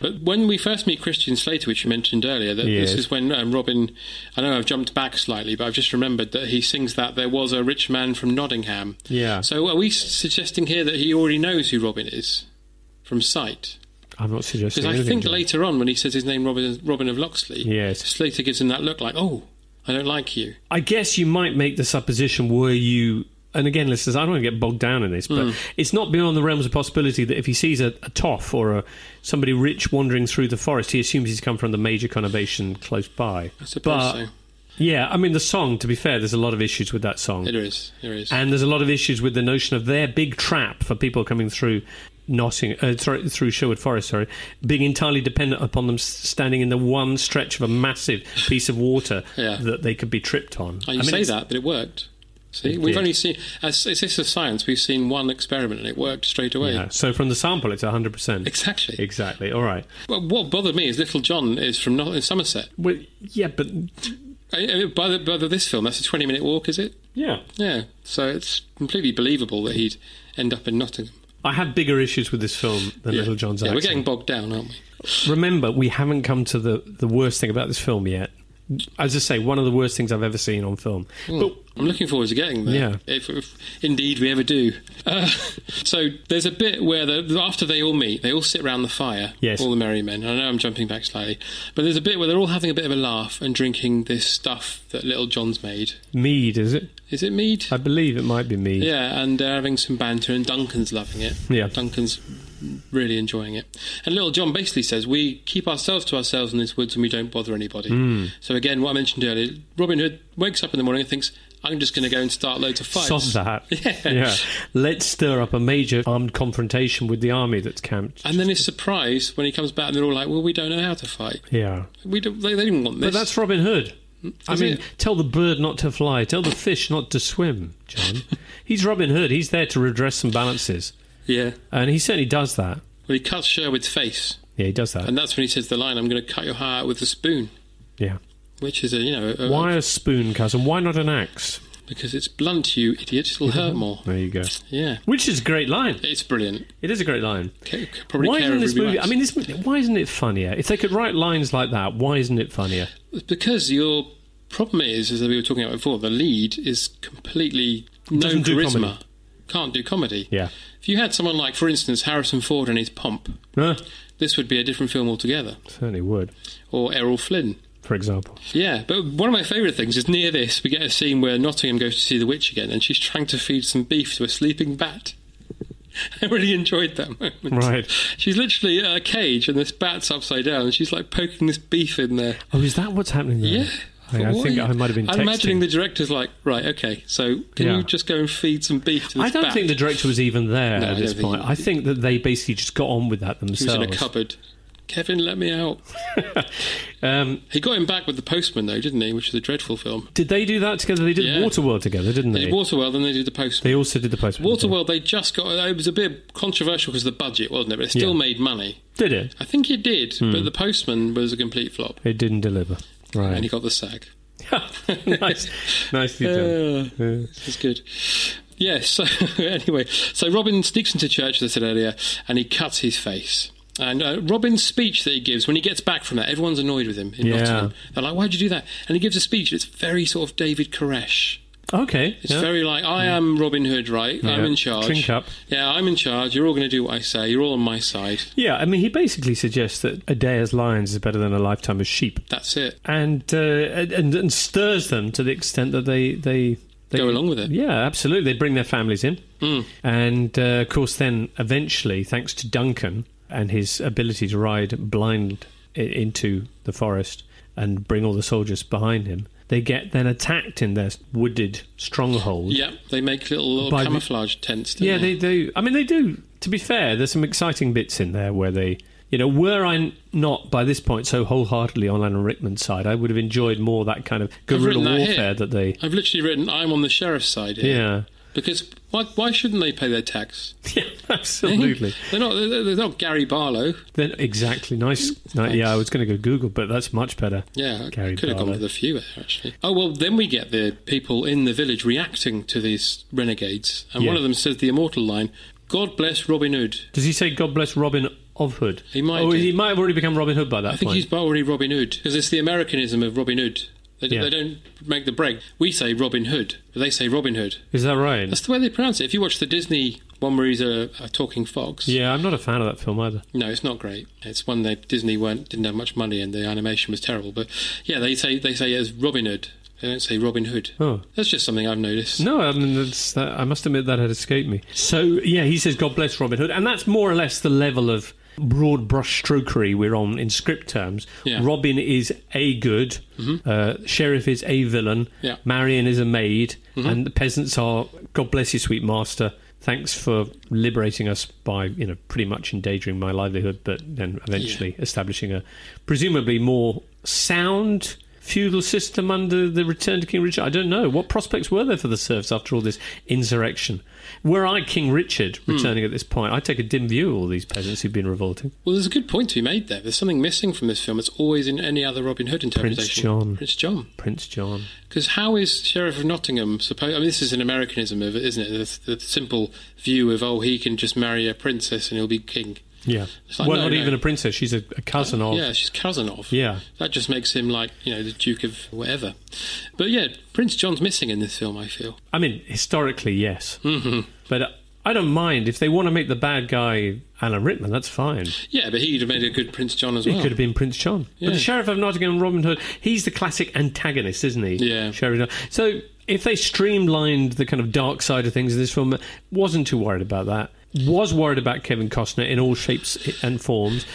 But when we first meet Christian Slater, which you mentioned earlier, that Yes. this is when um, Robin. I know I've jumped back slightly, but I've just remembered that he sings that there was a rich man from Nottingham. Yeah. So are we s- suggesting here that he already knows who Robin is from sight? I'm not suggesting Because I anything, think John. later on, when he says his name, Robin, Robin of Locksley, Yes. Slater gives him that look like, "Oh, I don't like you." I guess you might make the supposition were you. And again, listeners, I don't want to get bogged down in this, Hmm. but it's not beyond the realms of possibility that if he sees a, a toff or a somebody rich wandering through the forest, he assumes he's come from the major conurbation close by. I suppose But- so. Yeah, I mean, the song, to be fair, there's a lot of issues with that song. There is, there is. And there's a lot of issues with the notion of their big trap for people coming through Notting, uh, thro- through Sherwood Forest, sorry, being entirely dependent upon them s- standing in the one stretch of a massive piece of water Yeah. that they could be tripped on. Oh, you I mean, say it's- that, but it worked. See, It we've did. only seen. As, as this is science, we've seen one experiment and it worked straight away. Yeah, so from the sample, it's 100%. Exactly. Exactly. All right. Well, what bothered me is Little John is from Not- Somerset. Well, yeah, but I- I- By the, by the, this film, that's a twenty-minute walk, is it? yeah. Yeah. So it's completely believable that he'd end up in Nottingham. I have bigger issues with this film than yeah. Little John's Yeah, accent. we're getting bogged down, aren't we? Remember, we haven't come to the, the worst thing about this film yet. As I say, one of the worst things I've ever seen on film. Mm. But I'm looking forward to getting there. Yeah. If, if indeed we ever do. Uh, so there's a bit where the, after they all meet, they all sit round the fire. Yes. All the merry men. I know I'm jumping back slightly, but there's a bit where they're all having a bit of a laugh and drinking this stuff that Little John's made. Mead, is it? Is it mead? I believe it might be Mead. Yeah, and they're having some banter, and Duncan's loving it. Yeah. Duncan's really enjoying it. And Little John basically says, We keep ourselves to ourselves in these woods and we don't bother anybody. Hmm. So, again, what I mentioned earlier, Robin Hood wakes up in the morning and thinks, I'm just going to go and start loads of fights. Sod that. Yeah. yeah. Let's stir up a major armed confrontation with the army that's camped. And then is surprised when he comes back and they're all like, Well, we don't know how to fight. Yeah. We don't, they, they didn't want this. But that's Robin Hood. I Is mean, it? tell the bird not to fly, tell the fish not to swim, John. He's Robin Hood. He's there to redress some balances. Yeah. And he certainly does that. Well, he cuts Sherwood's face, Yeah, he does that. and that's when he says the line, I'm going to cut your heart with a spoon, Yeah. which is a, you know, a, Why a spoon, cousin? Why not an axe? because it's blunt, you idiot. It'll hurt more. There you go. Yeah. Which is a great line. It's brilliant. It is a great line. C- c- Probably why care isn't of this Ruby movie? Wax. I mean, this mo- why isn't it funnier? If they could write lines like that, why isn't it funnier? because your problem is, as we were talking about before, the lead is completely no Doesn't do charisma. comedy. Can't do comedy. Yeah. If you had someone like, for instance, Harrison Ford and his pomp, Huh? this would be a different film altogether. Certainly would. Or Errol Flynn. For example, Yeah, but one of my favourite things is near this, we get a scene where Nottingham goes to see the witch again, and she's trying to feed some beef to a sleeping bat. I really enjoyed that moment. Right. She's literally in a cage, and this bat's upside down, and she's like poking this beef in there. oh, is that what's happening? There? Yeah. I, I What think are you- I might have been. I'm texting. imagining the director's like, right, okay, so can Yeah. you just go and feed some beef to this I don't bat think the director was even there No, I at don't this think point. he- I think that they basically just got on with that He was themselves. in a cupboard. Kevin, let me out. um, He got him back with The Postman, though, didn't he? Which is a dreadful film. did they do that together? They did Yeah. Waterworld together, didn't They they? did Waterworld and they did The Postman. They also did the post. Waterworld, they just got. It was a bit controversial because of the budget, wasn't it? But it still Yeah. made money. did it? I think it did, but The Postman was a complete flop. It didn't deliver. And he Right. got the sack. nice, nicely done. Uh, That's good. Yes. so anyway, so Robin sneaks into church, as I said earlier, and he cuts his face. And uh, Robin's speech that he gives when he gets back from that, everyone's annoyed with him in Yeah. Nottingham. They're like, "Why'd you do that?" And he gives a speech that's very sort of David Koresh. Okay. It's yeah. very like, "I am Robin Hood, right? I'm Yeah. in charge. Drink up. Yeah, I'm in charge. You're all going to do what I say. You're all on my side. Yeah, I mean, he basically suggests that a day as lions is better than a lifetime as sheep, That's it. and uh, and and stirs them to the extent that they they. They, Go along with it. Hmm. Yeah, absolutely. They bring their families in. And, uh, of course, then eventually, thanks to Duncan and his ability to ride blind i- into the forest and bring all the soldiers behind him, they get then attacked in their wooded stronghold. Yeah, they make little, little By the- camouflage tents. don't Yeah, they do. I mean, they do. To be fair, there's some exciting bits in there where they, you know, were I not by this point so wholeheartedly on Alan Rickman's side, I would have enjoyed more that kind of I've guerrilla written that warfare here. that they. I've literally written, I'm on the sheriff's side here. Yeah. Because why, why shouldn't they pay their tax? Yeah, absolutely. they're not. They're, they're not Gary Barlow. then exactly nice. no, Thanks. yeah, I was going to go Google, but that's much better. Yeah, Gary I could have gone Barlow. with a few there actually. Oh well, then we get the people in the village reacting to these renegades, and one Yeah. of them says the immortal line, "God bless Robin Hood." Does he say God bless Robin of Hood? He might Or do. he might have already become Robin Hood by that I think point. he's already Robin Hood because it's the Americanism of Robin Hood. They, Yeah. they don't make the break. We say Robin Hood, but they say Robin Hood. Is that right? That's the way they pronounce it. If you watch the Disney one where he's a, a talking fox, Yeah, I'm not a fan of that film either. No, it's not great. It's one that Disney weren't didn't have much money and the animation was terrible. But yeah, they say they say it's Robin Hood. They don't say Robin Hood. Oh. That's just something I've noticed. No, I, mean, that's, that, I must admit that had escaped me. So, yeah, he says, God bless Robin Hood. And that's more or less the level of broad brush strokery we're on in script terms. Yeah. Robin is a good, uh, Sheriff is a villain, Yeah. Marion is a maid, and the peasants are, God bless you, sweet master. Thanks for liberating us by, you know, pretty much endangering my livelihood, but then eventually establishing a presumably more sound feudal system under the return to King Richard? I don't know. What prospects were there for the serfs after all this insurrection? Were I King Richard returning at this point, I take a dim view of all these peasants who've been revolting. Well, there's a good point to be made there. There's something missing from this film. It's always in any other Robin Hood interpretation. John. Prince John. Prince John. Because how is Sheriff of Nottingham supposed? I mean, this is an Americanism of it, isn't it? It's The, simple view of oh, he can just marry a princess and he'll be king. Yeah. It's like, well, no, not no. even a princess. She's a, a cousin of. Yeah, she's cousin of. Yeah. That just makes him like you know the Duke of whatever. But yeah, Prince John's missing in this film. I feel. I mean, historically, yes. Mm-hmm. But I don't mind. If they want to make the bad guy Alan Rickman, that's fine. Yeah, but he'd have made a good Prince John as well. It could have been Prince John. Yeah. But the Sheriff of Nottingham, Robin Hood, he's the classic antagonist, isn't he? Yeah. Sheriff. So if they streamlined the kind of dark side of things in this film, wasn't too worried about that. Was worried about Kevin Costner in all shapes and forms.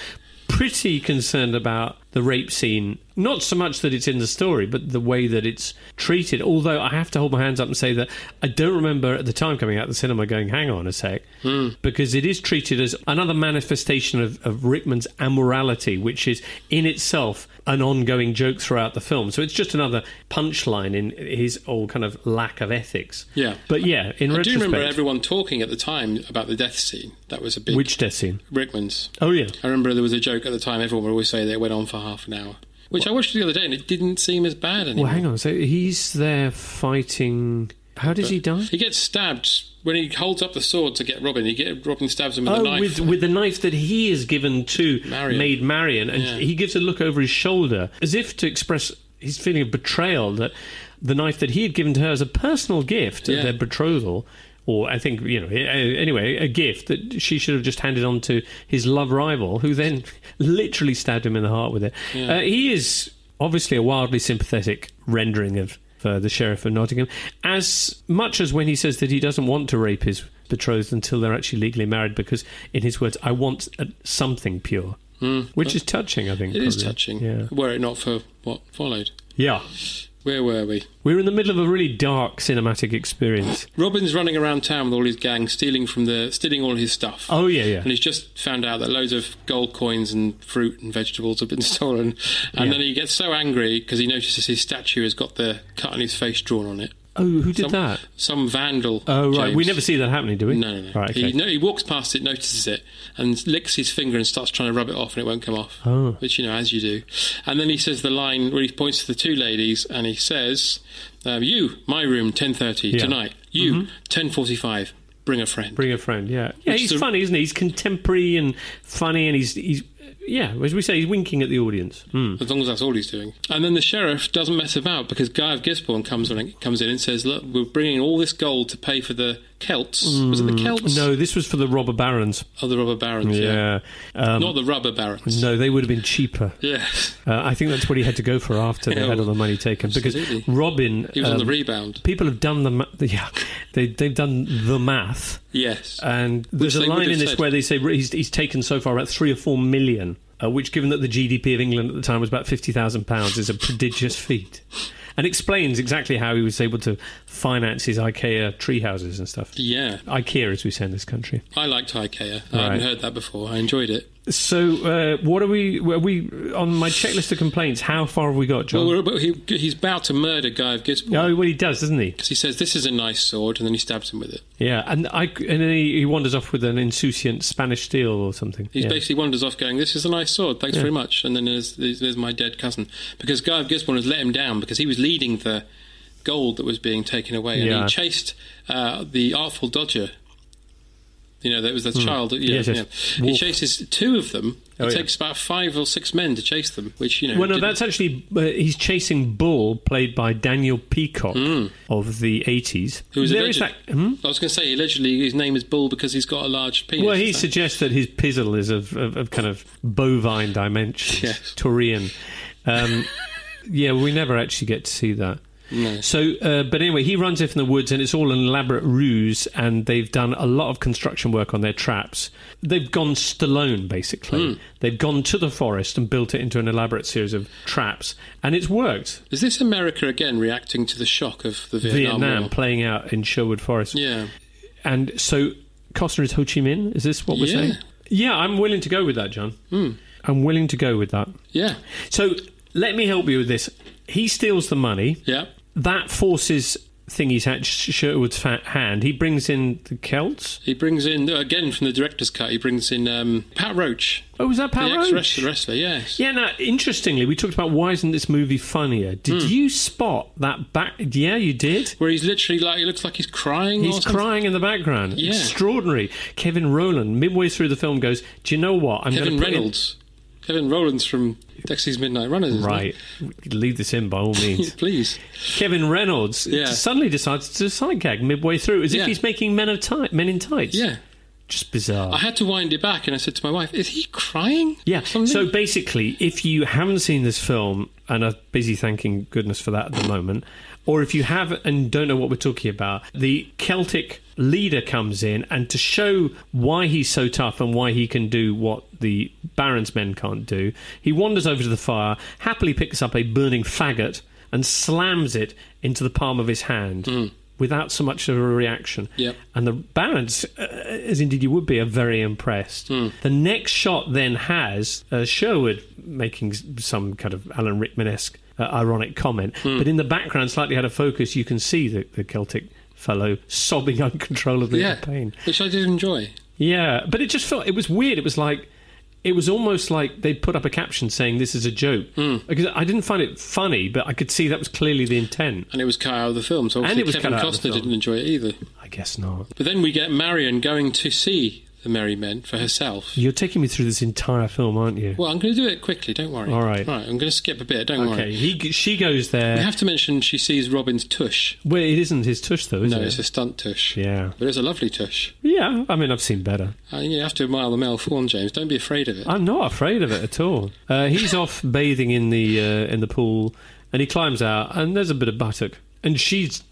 Pretty concerned about the rape scene. Not so much that it's in the story, but the way that it's treated. Although I have to hold my hands up and say that I don't remember at the time coming out of the cinema going, hang on a sec, Hmm. because it is treated as another manifestation of, of Rickman's amorality, which is in itself an ongoing joke throughout the film. So it's just another punchline in his old kind of lack of ethics. Yeah. But yeah, in I do retrospect, remember everyone talking at the time about the death scene. That was a big which death scene? Rickman's. Oh, yeah. I remember there was a joke at the time. Everyone would always say that it went on for half an hour, which I watched the other day and it didn't seem as bad anymore. Well, hang on. So he's there fighting. How does he die? He gets stabbed when he holds up the sword to get Robin. He get Robin stabs him with a Oh, knife. with, with the knife that he is given to Marion. Maid Marion, and Yeah. he gives a look over his shoulder as if to express his feeling of betrayal that the knife that he had given to her as a personal gift Yeah. at their betrothal, or I think, you know, a- a- anyway, a gift that she should have just handed on to his love rival, who then literally stabbed him in the heart with it. Uh, he is obviously a wildly sympathetic rendering of. uh, the sheriff of Nottingham, as much as when he says that he doesn't want to rape his betrothed until they're actually legally married, because in his words, "I want uh, something pure," which is touching. I think Hmm. it is probably. touching. Yeah, Were it not for what followed. yeah. Where were we? We're in the middle of a really dark cinematic experience. Robin's running around town with all his gang, stealing from the stealing all his stuff. Oh yeah, yeah. And he's just found out that loads of gold coins and fruit and vegetables have been stolen. And Yeah. then he gets so angry because he notices his statue has got the cut on his face drawn on it. Oh, who did Some- that? Some vandal. Oh right, we James. never see that happening, do we? No, no, no. Right, okay. he, no. He walks past it, notices it, and licks his finger and starts trying to rub it off, and it won't come off. Oh. Which, you know, as you do. And then he says the line where he points to the two ladies and he says, um, You, my room, 10.30 Yeah. Mm-hmm. tonight. You, 10.45, bring a friend. Bring a friend. Yeah, yeah. Which He's is a- funny, isn't he? He's contemporary and funny, and he's he's yeah. As we say, he's winking at the audience. Mm. as long as that's all he's doing. And then the sheriff doesn't mess about because Guy of Gisborne comes on, comes in and says, "Look, we're bringing all this gold to pay for the Celts. Was it the Celts? Mm, No, this was for the robber barons. oh, the rubber barons. Yeah, Yeah. Um, not the rubber barons. no, they would have been cheaper. Yeah, Uh, I think that's what he had to go for after they Yeah, had all the money taken absolutely. because Robin. he was on um, the rebound. People have done the ma- yeah, they they've done the math, Yes, and Which there's they a would line have in this said. where they say he's, he's taken so far about three or four million, uh, which, given that the GDP of England at the time was about fifty thousand pounds, is a prodigious feat. and explains exactly how he was able to finance his IKEA tree houses and stuff. Yeah, IKEA, as we say in this country. I liked IKEA. I Right. hadn't heard that before. I enjoyed it. So, uh, what are we? Are we on my checklist of complaints? How far have we got, John? Well, we're about, he, he's about to murder Guy of Gisborne. Oh, well, he does, doesn't he? 'Cause he says, This is a nice sword, and then he stabs him with it. Yeah, and I and then he, he wanders off with an insouciant Spanish steel or something. He yeah. basically wanders off going, This is a nice sword, thanks Yeah. very much. And then there's, there's, there's my dead cousin. Because Guy of Gisborne has let him down because he was leading the gold that was being taken away. And Yeah. he chased uh, the Artful Dodger. You know, that was the child. that- Yeah, Hmm. Yes, yes. yeah. He Wolf. chases two of them. Oh, it yeah. takes about five or six men to chase them, which, you know. Well, no, didn't- that's actually uh, he's chasing Bull, played by Daniel Peacock of the eighties. Hmm. Who was there is alleged- that? Hmm? I was going to say, allegedly, his name is Bull because he's got a large penis. Well, he is that- suggests that his pizzle is of, of, of kind of bovine dimensions, Yes. Taurian. Um, yeah, we never actually get to see that. No. So, uh, but anyway, he runs off in the woods, and it's all an elaborate ruse. And they've done a lot of construction work on their traps. They've gone Stallone, Hmm. basically. They've gone to the forest and built it into an elaborate series of traps, and it's worked. Is this America again reacting to the shock of the Vietnam, Vietnam War? playing out in Sherwood Forest. Yeah. And so Costner is Ho Chi Minh. Is this what we're Yeah. Hmm. saying? Yeah, I'm willing to go with that, John. I'm willing to go with that. Yeah. So let me help you with this. He steals the money. Yeah. That forces thingy's hand, Sherwood's fat hand. He brings in the Celts. He brings in, again from the director's cut, he brings in um, Pat Roach. Oh, was that Pat the Roach? ex wrestler, yes. Yeah, now, interestingly, we talked about why isn't this movie funnier? Did Hmm. you spot that back? Yeah, you did. Where he's literally like, he looks like he's crying. or He's something. crying in the background. Yeah. Extraordinary. Kevin Rowland, midway through the film, goes, Do you know what? I'm gonna Kevin put in-" Reynolds. Kevin Rowlands from Dexy's Midnight Runners. isn't Right. Leave this in by all he? means. Please. Kevin Reynolds Yeah. suddenly decides to do a side gag midway through, as Yeah. if he's making men of tight, men in tights. Yeah. Just bizarre. I had to wind it back and I said to my wife, is he crying? yeah. Something? So basically, if you haven't seen this film and are busy thanking goodness for that at the moment, or if you have and don't know what we're talking about, the Celtic leader comes in and to show why he's so tough and why he can do what the Baron's men can't do, he wanders over to the fire, happily picks up a burning faggot and slams it into the palm of his hand. Without so much of a reaction. Yep. And the Barons, uh, as indeed you would be, are very impressed. The next shot then has uh, Sherwood making s- some kind of Alan Rickman esque uh, ironic comment, but in the background, slightly out of focus, you can see the, the Celtic fellow sobbing uncontrollably yeah. in pain. Which I did enjoy. Yeah, but it just felt it was weird. It was like it was almost like they put up a caption saying this is a joke because I didn't find it funny, but I could see that was clearly the intent. And it was cut out of the film, so And obviously it was Kevin cut out of the Costner film. didn't enjoy it either. I guess not. But then we get Marion going to see the Merry Men for herself. You're taking me through this entire film, aren't you? Well, I'm going to do it quickly. Don't worry. All right. All right. I'm going to skip a bit. Don't okay, worry. he she goes We there. have to mention she sees Robin's tush. Well, it isn't his tush though, Oh, is no, it? it's a stunt tush. Yeah. But it's a lovely tush. yeah, I mean, I've seen better. Uh, you have to admire the male form, James. Don't be afraid of it. I'm not afraid of it at all. Uh, he's off bathing in the uh, in the pool, and he climbs out, and there's a bit of buttock, and she's,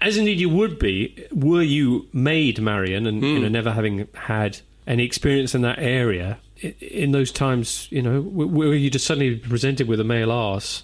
as indeed you would be, were you made Marion, and you know, Hmm. never having had any experience in that area. i- In those times, you know, wh- where you just suddenly presented with a male arse,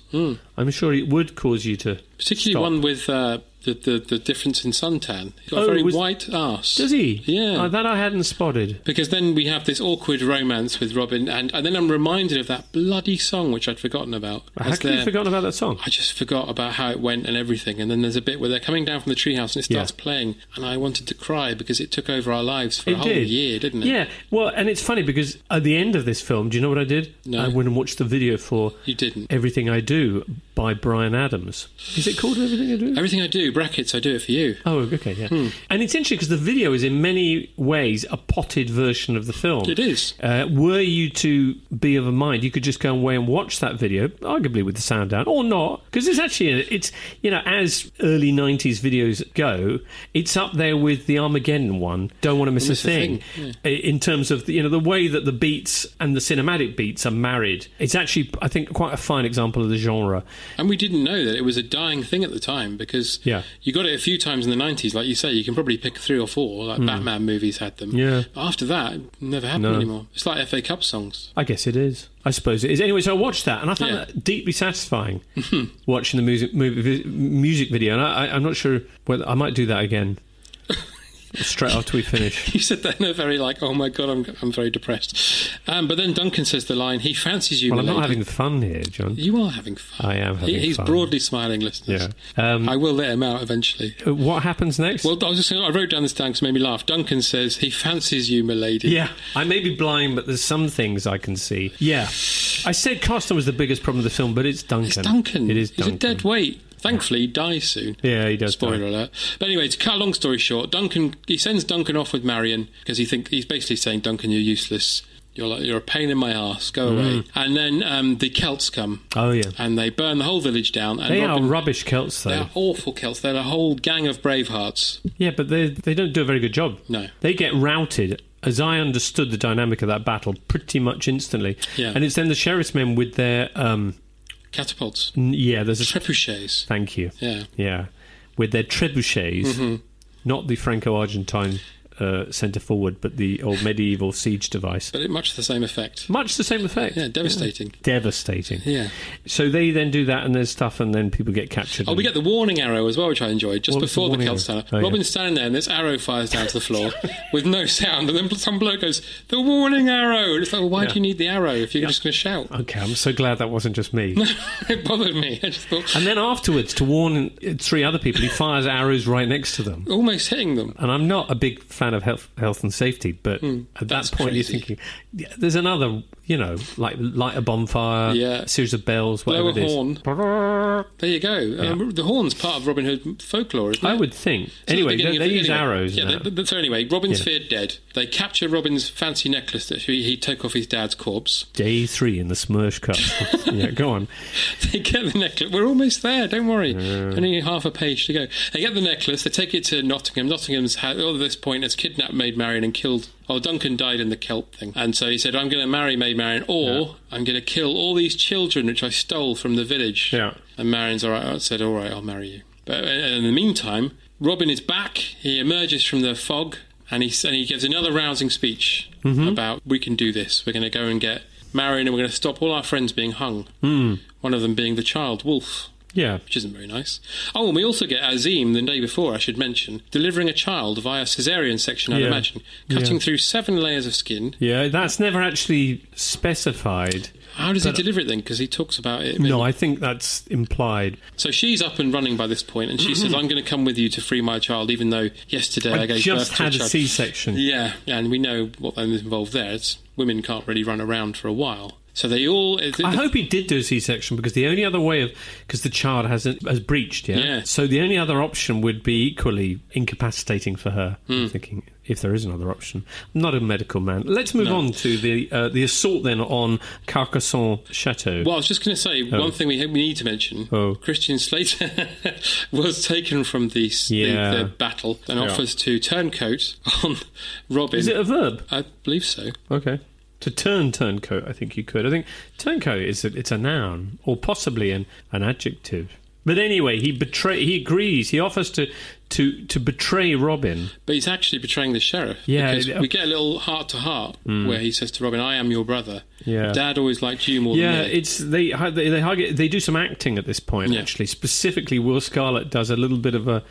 I'm sure it would cause you to. Hmm. Particularly stop. one with uh, the, the the difference in suntan. He's got Oh, a very was- white arse. Does he? Yeah. Oh, that I hadn't spotted. because then we have this awkward romance with Robin, and, and then I'm reminded of that bloody song which I'd forgotten about. How As could you they're- have forgotten about that song? I just forgot about how it went and everything. And then there's a bit where they're coming down from the treehouse and it starts Yeah. playing, and I wanted to cry because it took over our lives for It a whole did. year, didn't it? Yeah. Well, and it's funny because at the end of this film, do you know what I did? No. I went and watched the video for You didn't. Everything I Do by Brian Adams. Is it called Everything I Do? Everything I do, brackets, I do it for you. Oh, okay, yeah. And it's interesting because the video is in many ways a potted version of the film. It is. Uh, were you to be of a mind, you could just go away and watch that video, arguably with the sound down, or not, because it's actually it's you know as early '90s videos go, it's up there with the Armageddon one. Don't want to miss, Miss a a thing. thing, I- In terms of the, you know the way that the beats and the cinematic beats are married, it's actually I think quite a fine example of the genre. And we didn't know that it was a dying thing at the time because Yeah. Yeah. You got it a few times in the 90s, like you say, you can probably pick three or four, like Batman movies had them. Hmm. Yeah. But after that, it never happened No. anymore. It's like FA Cup songs. I guess it is. I suppose it is. Anyway, so I watched that, and I found Yeah. Hmm. that deeply satisfying. watching the music movie, vi- music video, and I, I, I'm not sure whether I might do that again straight after we finish. You said that in a very like, oh my god, I'm, I'm very depressed. Um, but then Duncan says the line, he fancies you. Well, I'm not milady." having fun here, John. You are having fun. I am having He- he's fun. broadly smiling, listeners. Yeah. Um, I will let him out eventually. Uh, What happens next? Well, I was just saying, I wrote down this down because it made me laugh. Duncan says he fancies you, milady. yeah, I may be blind, but there's some things I can see. Yeah, I said Costa was the biggest problem of the film, but it's Duncan. It's Duncan. It is Duncan. He's a dead weight. Thankfully, he dies soon. Yeah, he does Spoiler die. alert. But anyway, to cut a long story short, Duncan he sends Duncan off with Marion because he think he's basically saying, Duncan, you're useless. You're like you're a pain in my ass. Mm. Go away. And then um, the Celts come Oh yeah, and they burn the whole village down. And they Robin, are rubbish Celts though. They're awful Celts. They're a whole gang of bravehearts. Yeah, but they they don't do a very good job. No. they get routed. As I understood the dynamic of that battle, pretty much instantly. Yeah. and it's then the sheriff's men with their um Catapults. n- yeah. There's a Trebuchets. thank you. Yeah. Yeah, with their trebuchets, Mm-hmm. not the Franco-Argentine uh, centre forward, but the old medieval siege device. But it much the same effect. Much the same effect. Yeah, devastating. Devastating. Yeah. So they then do that, and there's stuff, and then people get captured. Oh, we and- get the warning arrow as well, which I enjoyed just What was the before the, warning Celts stand arrow? up. Oh, yeah. Robin's standing there, and this arrow fires down to the floor with no sound, and then some bloke goes, "The warning arrow!" And it's like, well, why Yeah. Uh. do you need the arrow if you're just going to shout? Okay, I'm so glad that wasn't just me. it bothered me. I just thought, And then afterwards, to warn uh, three other people, he fires arrows right next to them. almost hitting them. And I'm not a big fan of health, health and safety, but at that Hmm, that's point, crazy. you're thinking, yeah, there's another, you know, like light a bonfire, Yeah. series of bells, Blow whatever a it is. horn. There you go. Um, the horn's part of Robin Hood folklore, isn't it? I would think. So at the anyway, they, beginning they of- use anyway, arrows. Yeah. and they- that. but- but so anyway, Robin's Yeah. feared dead. They capture Robin's fancy necklace that he, he took off his dad's corpse. Day three in the Smirsh Cup. yeah, go on. They get the necklace. We're almost there. Don't worry. Only half a page to go. They get the necklace. They take it to Nottingham. Nottingham's had, oh, at this point has kidnapped Maid Marian and killed. Oh, Duncan died in the Celt thing, and so he said, "I'm going to marry Maid Marian, or I'm going to kill all these children which I stole from the village." Yeah. And Marian's all right. I said, "All right, I'll marry you." But uh, in the meantime, Robin is back. He emerges from the fog, and he s- and he gives another rousing speech Mm-hmm. about we can do this. We're going to go and get Marion, and we're going to stop all our friends being hung. Hmm. Mm. One of them being the child Wolf. Yeah. Which isn't very nice. Oh, and we also get Azim the day before, I should mention, delivering a child via cesarean section, I'd Yeah. imagine, cutting Yeah. through seven layers of skin. Yeah, that's never actually specified. How does he deliver it then? Because he talks about it. uh, No, I think that's implied. So she's up and running by this point, and she says, "I'm going to come with you to free my child, even though yesterday I, Mm-hmm. I gave just birth to had a child." C-section. Yeah, and we know what that is involved there. It's women can't really run around for a while, so they all. it- I it- hope he did do a C-section because the only other way of because the child hasn't has breached, yeah? Yeah. So the only other option would be equally incapacitating for her. I'm thinking if there is another option. I'm not a medical man. Let's move on to the uh, the assault then on Carcassonne Chateau. Well, I was just going to say one thing we, we need to mention. Oh. Christian Slater was taken from the, s- the- Yeah. the, battle and Yeah. offers to turncoat on Robin. Is it a verb? I believe so. Okay. To turn turncoat, I think you could. I think turncoat is a, it's a noun or possibly an, an adjective. But anyway, he betray he agrees. He offers to to to betray Robin. But he's actually betraying the sheriff. Yeah, Because it- Hmm. we get a little heart to heart where he says to Robin, I am your brother. Yeah. Dad always liked you more Yeah, than me. it's they hu- they they, hug it- they do some acting at this point. Yeah. Actually, specifically, Will Scarlet does a little bit of a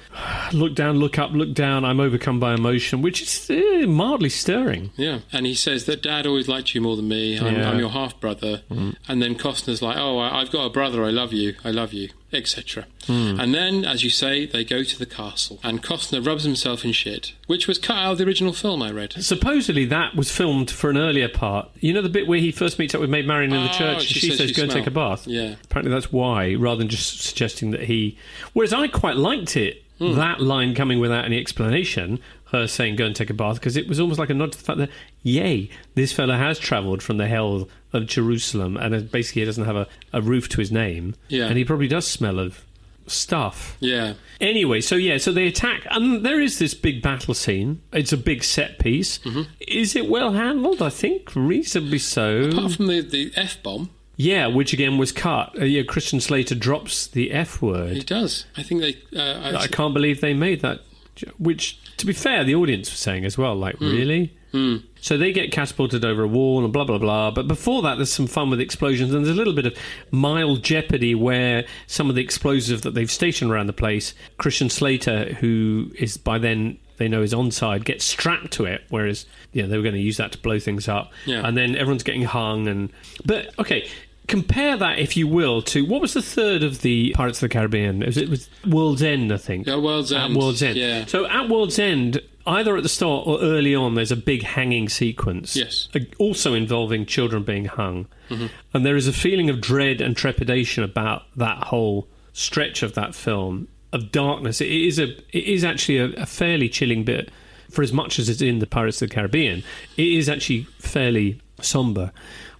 look down, look up, look down. I'm overcome by emotion, which is eh, mildly stirring. yeah. And he says that dad always liked you more than me. I'm, Yeah. Hmm. I'm your half brother. And then Costner's like, Oh, I, I've got a brother. I love you. I love you, etc. Hmm. And then, as you say, they go to the castle. And Costner rubs himself in shit, which was cut out of the original film I read. Supposedly that was filmed for an earlier part. You know the bit where he first meets up with Maid Marian in the Oh, church, and she she, says says, you "Go and take a smell." bath." Yeah. Apparently that's why, rather than just suggesting that he. Whereas I quite liked it Hmm. that line coming without any explanation, her saying "Go and take a bath" because it was almost like a nod to the fact that, yay, this fella has travelled from the hell of Jerusalem, and is- basically he doesn't have a, a roof to his name, Yeah. and he probably does smell of stuff. Yeah. Anyway, so yeah, so they attack, and there is this big battle scene. It's a big set piece. Is it well handled? I think reasonably so. Apart from the, the F bomb, Yeah, which again was cut. Uh, yeah, Christian Slater drops the F He word. does. I think they. Uh, I can't believe they made that. j- Which, to be fair, the audience was saying as well, like, really? So they get catapulted over a wall and blah, blah, blah. But before that, there's some fun with explosions and there's a little bit of mild jeopardy where some of the explosives that they've stationed around the place, Christian Slater, who is by then they know is onside, gets strapped to it, whereas, you know, they were going to use that to blow things up. Yeah. And then everyone's getting hung and. But, okay. Compare that, if you will, to what was the third of the Pirates of the Caribbean? It was, it was World's End, I think. Yeah, uh, World's At End, World's End. yeah. So at World's End, either at the start or early on, there's a big hanging sequence. Yes. Mm-hmm. uh, Also involving children being hung. And there is a feeling of dread and trepidation about that whole stretch of that film of darkness. It is a it is actually a, a fairly chilling bit. For as much as it's in the Pirates of the Caribbean, it is actually fairly somber.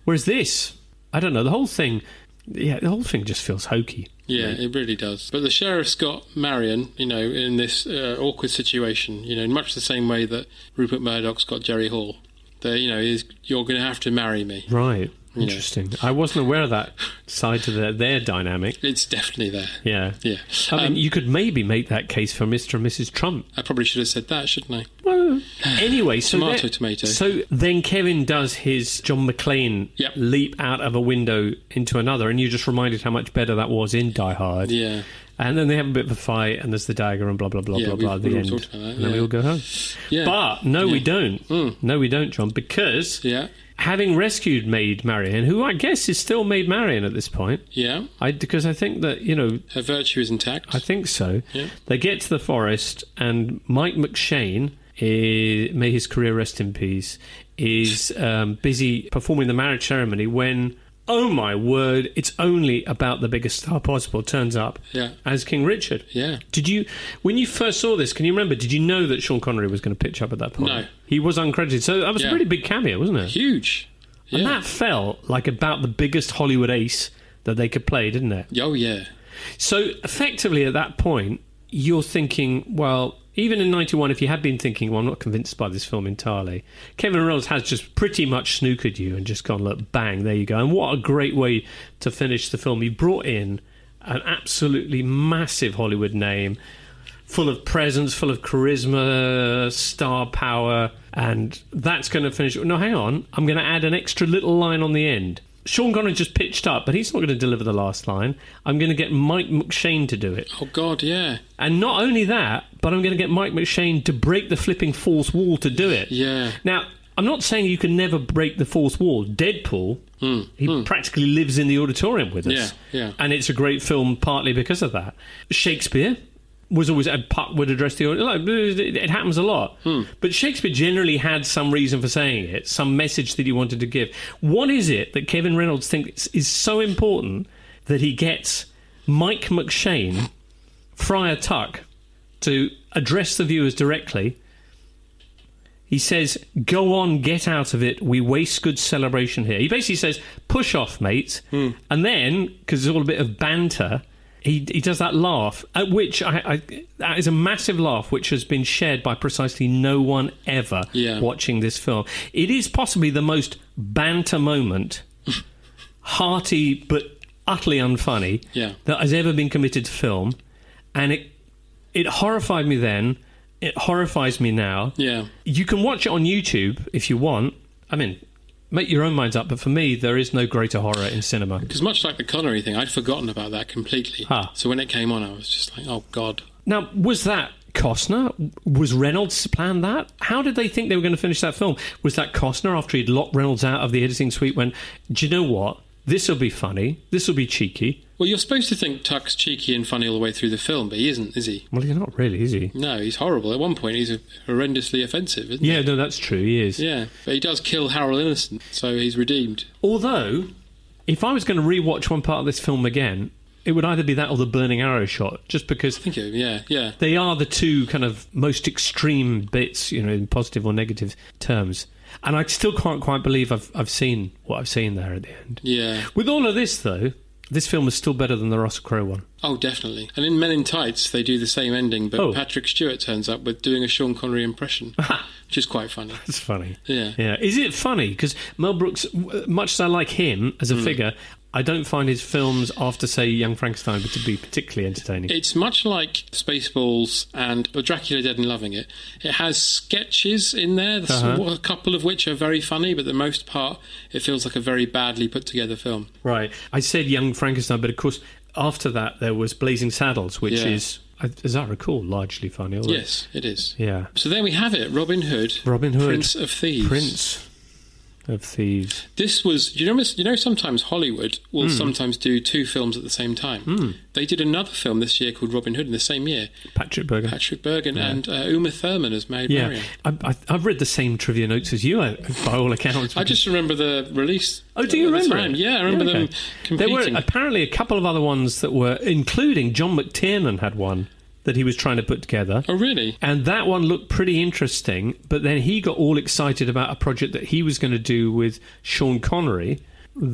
Whereas this, I don't know, the whole thing, yeah, the whole thing just feels hokey. Yeah, it really does. But the sheriff's got Marion, you know, in this uh, awkward situation, you know, in much the same way that Rupert Murdoch's got Jerry Hall. That, you know, is you're going to have to marry me. Right. Interesting. I wasn't aware of that side to their, their dynamic. It's definitely there. Yeah. Yeah. I mean, Um, you could maybe make that case for Mr. and Mrs. Trump. I probably should have said that, shouldn't I? Well, anyway, so Tomato, then- tomato. So then Kevin does his John McClane Yep. leap out of a window into another, and you just reminded how much better that was in Die Hard. Yeah. And then they have a bit of a fight, and there's the dagger, and blah blah blah Yeah, blah we've- blah. at the we've end, talked about that, and then we yeah. all go home. Yeah. But no, we Yeah. Mm. don't. No, we don't, John, because Yeah. having rescued Maid Marian, who I guess is still Maid Marian at this point, Yeah. I because I think that you know Her virtue is intact. I think so. Yeah. They get to the forest, and Mike McShane, is, may his career rest in peace, is um, busy performing the marriage ceremony when, oh my word, it's only about the biggest star possible turns up Yeah. as King Richard. Yeah. Did you, when you first saw this, can you remember, did you know that Sean Connery was going to pitch up at that point? No. He was uncredited. So that was a Yeah. pretty big cameo, wasn't it? Huge. Yeah. And that felt like about the biggest Hollywood ace that they could play, didn't it? Oh, yeah. So effectively, at that point, you're thinking, well, even in '91, if you had been thinking, well, I'm not convinced by this film entirely, Kevin Reynolds has just pretty much snookered you and just gone, look, bang, there you go. And what a great way to finish the film. You brought in an absolutely massive Hollywood name, full of presence, full of charisma, star power, and that's going to finish. No, hang on, I'm going to add an extra little line on the end. Sean Connery just pitched up, but he's not going to deliver the last line. I'm going to get Mike McShane to do it. Oh, God, yeah. And not only that, but I'm going to get Mike McShane to break the flipping fourth wall to do it. Yeah. Now, I'm not saying you can never break the fourth wall. Deadpool, he practically lives in the auditorium with us. Hmm, Yeah, yeah. And it's a great film partly because of that. Shakespeare was always and Puck would address the audience. Like, it it happens a lot. Hmm. But Shakespeare generally had some reason for saying it, some message that he wanted to give. What is it that Kevin Reynolds thinks is so important that he gets Mike McShane? Friar Tuck to address the viewers directly. He says, Go on, get out of it. We waste good celebration here. He basically says, Push off, mate. Hmm. And then, because it's all a bit of banter, he, he does that laugh, at which I, I, that is a massive laugh, which has been shared by precisely no one ever Yeah. watching this film. It is possibly the most banter moment, hearty but utterly unfunny, Yeah. that has ever been committed to film, and it it horrified me then. It horrifies me now. Yeah. You can watch it on YouTube if you want. I mean, make your own minds up. But for me, there is no greater horror in cinema. Because much like the Connery thing, I'd forgotten about that completely. Ah. So when it came on, I was just like, oh, God. Now, was that Costner? Was Reynolds to plan that? How did they think they were going to finish that film? Was that Costner after he'd locked Reynolds out of the editing suite? When do you know what? This will be funny. This will be cheeky. Well, you're supposed to think Tuck's cheeky and funny all the way through the film, but he isn't, is he? Well, he's not really, is he? No, he's horrible. At one point, he's horrendously offensive, isn't Yeah, no, that's true. He is. he? Yeah. But he does kill Harold Innocent, so he's redeemed. Although, if I was going to rewatch one part of this film again, it would either be that or the burning arrow shot, just because Thank you. Yeah, yeah. they are the two kind of most extreme bits, you know, in positive or negative terms. And I still can't quite believe I've I've seen what I've seen there at the end. Yeah. With all of this though, this film is still better than the Russell Crowe one. Oh, definitely. And in Men in Tights, they do the same ending, but Oh. Patrick Stewart turns up with doing a Sean Connery impression, which is quite funny. That's funny. Yeah. Yeah. Is it funny? Because Mel Brooks, w- much as I like him as a figure, I don't find his films after, say, Young Frankenstein to be particularly entertaining. It's much like Spaceballs and or Dracula Dead and Loving It. It has sketches in there, s- Uh-huh. a couple of which are very funny, but the most part, it feels like a very badly put together film. Right. I said Young Frankenstein, but of course, after that there was Blazing Saddles, which Yeah. is, as I recall, largely funny. although- Yes, it is. Yeah. So there we have it Robin Hood, Robin Hood. Prince of Thieves. Prince of Thieves. This was, you know, you know, sometimes Hollywood will Hmm. sometimes do two films at the same time. They did another film this year called Robin Hood in the same year. Patrick Berger. Patrick Bergen and uh, Uma Thurman as Maid Yeah. Marian. I, I, I've read the same trivia notes as you, I- by all accounts. I just remember the release. Oh, do at you the remember? time. it? Yeah, I remember them okay. competing. There were apparently a couple of other ones that were, including John McTiernan had one that he was trying to put together. oh, really? And that one looked pretty interesting, but then he got all excited about a project that he was going to do with Sean Connery.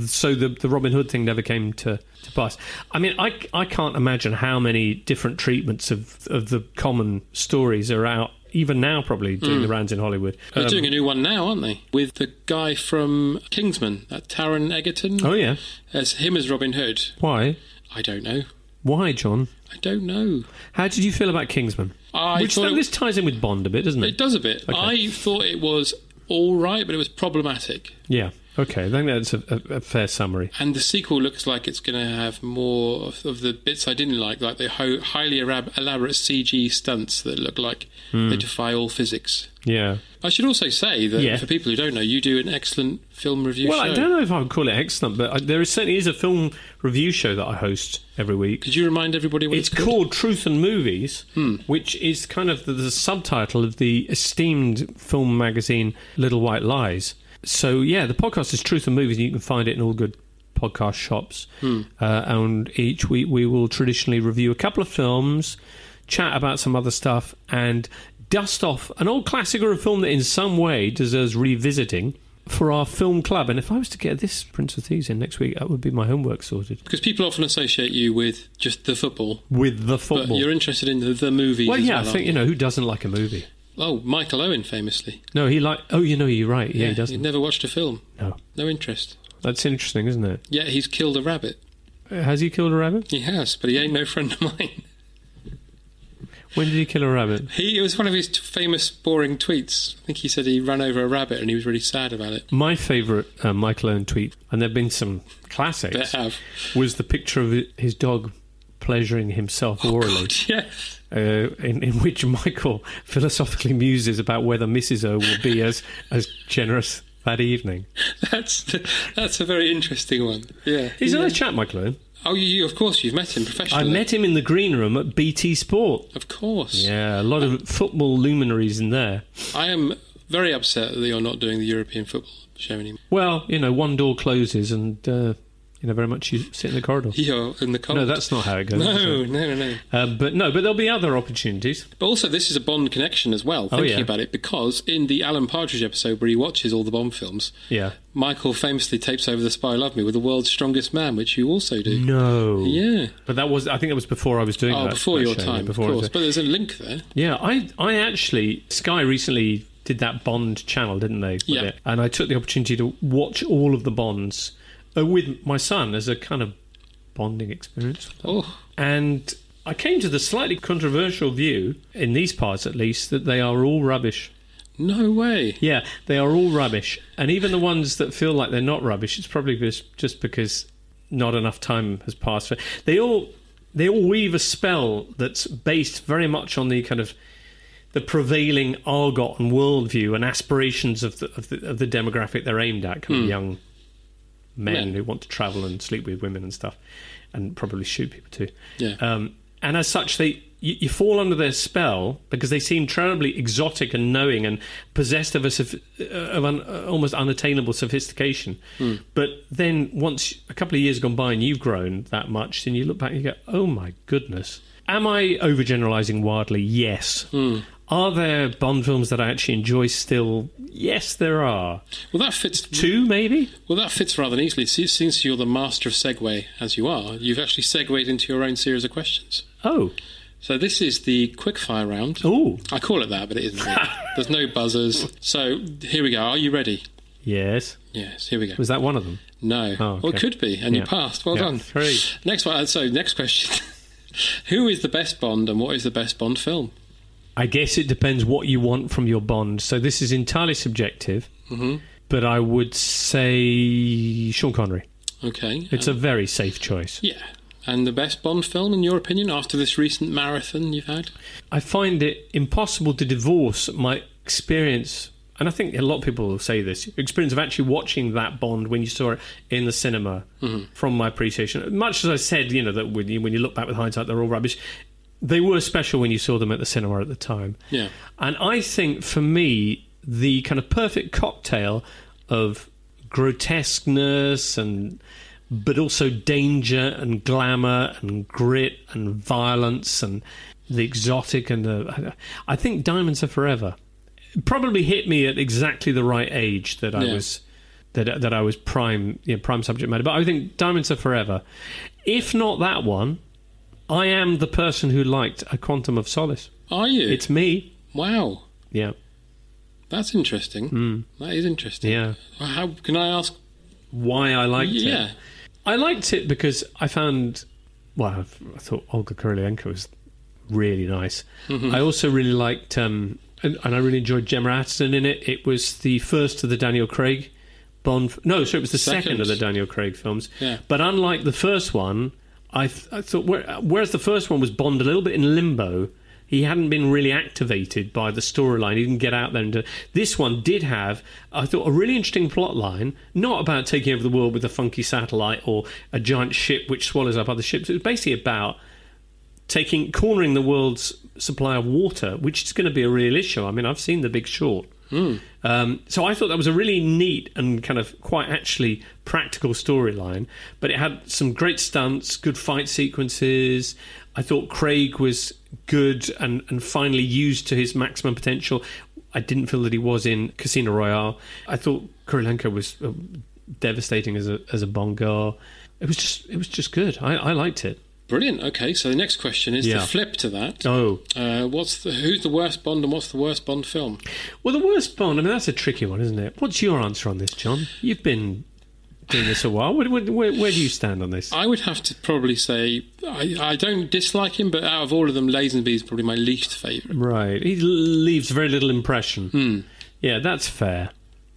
So the, the Robin Hood thing never came to, to pass. I mean, I, I can't imagine how many different treatments of, of the common stories are out, even now, probably doing the rounds in Hollywood. Hmm. They're Um, doing a new one now, aren't they? With the guy from Kingsman, uh, Taron Egerton. oh, yeah. As him as Robin Hood. Why? I don't know. Why, John? I don't know. How did you feel about Kingsman? I Which thought though it- this ties in with Bond a bit, doesn't it? It does a bit. Okay. I thought it was all right, but it was problematic. Yeah. Okay. I think that's a, a, a fair summary. And the sequel looks like it's going to have more of, of the bits I didn't like, like the ho- highly elab- elaborate CG stunts that look like Hmm. they defy all physics. Yeah. I should also say that Yeah. for people who don't know, you do an excellent film review well, show. I don't know if I would call it excellent, but I, there is, certainly is a film review show that I host every week. Could you remind everybody what It's it's, called Truth and Movies, Hmm. which is kind of the, the subtitle of the esteemed film magazine Little White Lies. So, yeah, the podcast is Truth and Movies, and you can find it in all good podcast shops. Hmm. Uh, and each week we will traditionally review a couple of films, chat about some other stuff, and dust off an old classic or a film that in some way deserves revisiting. For our film club, and if I was to get this Prince of Thieves in next week, that would be my homework sorted Because people often associate you with just the football, with the football. but you're interested in the, the movies. Well, as yeah, well, I think you aren't know who doesn't like a movie. you? Oh, Michael Owen famously. No, he like. Oh, you know, you're right. Yeah, he He'd doesn't. never watched a film. No, No interest. that's interesting, isn't it? Yet he's killed a rabbit. Has he killed a rabbit? He has, but he ain't no friend of mine. When did he kill a rabbit? He it was one of his t- famous boring tweets. I think he said he ran over a rabbit and he was really sad about it. My favourite uh, Michael Owen tweet, and there've been some But uh, classics, have was the picture of his dog pleasuring himself orally, yeah, uh, in, in which Michael philosophically muses about whether Mrs O will be as as generous that evening. that's that's a very interesting one. Yeah, He's yeah. a nice chap, Michael Owen. Oh, you, you of course you've met him I professionally. met him in the green room at BT Sport. Of course. Yeah, a lot of football luminaries in there. I am very upset that they are not doing the European football show anymore. Well, you know, one door closes and uh, you know very much you sit in the corridor. You're in the cold. Oh. No, that's not how it goes. No, is it? no, no. Uh, but no, but there'll be other opportunities. But also, this is a Bond connection as well. Oh, Thinking yeah. about it, because in the Alan Partridge episode where he watches all the Bond films, Yeah. Michael famously tapes over "The Spy Who Loved Me" with the world's strongest man, which you also do. No. Yeah. But that was I think that was before I was Mm. doing Oh, that. before that your show, yeah, time, before I of was course. But doing- there's a link there. yeah, I I actually Sky recently did that Bond channel, didn't they? with Yeah. it? And I took the opportunity to watch all of the Bonds uh, with my son as a kind of bonding experience. Oh, And I came to the slightly controversial view, in these parts at least, that they are all rubbish. no way. Yeah, they are all rubbish. And even the ones that feel like they're not rubbish, it's probably just, just because not enough time has passed. They all they all weave a spell that's based very much on the kind of the prevailing argot and worldview and aspirations of the of the, of the demographic they're aimed at, kind of young men Yeah. who want to travel and sleep with women and stuff, and probably shoot people too. Yeah. Um, and as such, they you, you fall under their spell because they seem terribly exotic and knowing and possessed of a soph- uh, of an uh, almost unattainable sophistication. But then, once a couple of years gone by and you've grown that much, then you look back and you go, "Oh my goodness." Am I overgeneralizing wildly? Yes. Are there Bond films that I actually enjoy still? Yes, there are. Well, that fits. Two, maybe? Well, that fits rather neatly. See, Since you're the master of segue, as you are, you've actually segued into your own series of questions. Oh. So this is the quickfire round. Oh. I call it that, but it isn't. Really. There's no buzzers. So here we go. Are you ready? Yes. Yes, here we go. Was that one of them? No. Oh, okay. Well, it could be, and Yeah. you passed. Well Yeah. done. Three. Next one. So, next question: Who is the best Bond, and what is the best Bond film? I guess it depends what you want from your Bond. So this is entirely subjective, Mm-hmm. but I would say Sean Connery. Okay. uh, It's a very safe choice. yeah. And the best Bond film, in your opinion, after this recent marathon you've had? I find it impossible to divorce my experience, and I think a lot of people will say this experience of actually watching that Bond when you saw it in the cinema Mm-hmm. from my appreciation. Much as I said, you know, that when you, when you look back with hindsight, they're all rubbish. They were special when you saw them at the cinema at the time. Yeah. And I think for me, the kind of perfect cocktail of grotesqueness and but also danger and glamour and grit and violence and the exotic and the I think Diamonds Are Forever probably hit me at exactly the right age that I Yeah. was that that I was prime you know, prime subject matter but I think Diamonds Are Forever if not that one I am the person who liked A Quantum of Solace Are you? it's me wow. yeah That's interesting. That is interesting. Hmm. Yeah. How can I ask? why I liked yeah. it. I liked it because I found, well, I th- I thought Olga Kurylenko was really nice. I also really liked, um, and, and I really enjoyed Gemma Atherton in it. It was the first of the Daniel Craig Bond. f- No, so it was the second, Second. of the Daniel Craig films. Yeah. But unlike the first one, I, th- I thought, where, whereas the first one was Bond a little bit in limbo. He hadn't been really activated by the storyline. He didn't get out there and do. This one did have, I thought, a really interesting plot line, not about taking over the world with a funky satellite or a giant ship which swallows up other ships. It was basically about taking cornering the world's supply of water, which is going to be a real issue. I mean, I've seen The Big Short. Um, so I thought that was a really neat and kind of quite actually practical storyline, but it had some great stunts, good fight sequences. I thought Craig was good and, and finally used to his maximum potential. I didn't feel that he was in Casino Royale. I thought Kurilenko was uh, devastating as a as a bongar. It was just it was just good. I, I liked it. Brilliant. Okay. So the next question is Yeah. the flip to that. Oh, Uh, what's the who's the worst Bond and what's the worst Bond film? Well, the worst Bond. I mean, that's a tricky one, isn't it? What's your answer on this, John? You've been doing this a while. Where, where, where, where do you stand on this? I would have to probably say I, I don't dislike him, but out of all of them, Lazenby is probably my least favourite. Right, he l- leaves very little impression. Hmm. Yeah, that's fair.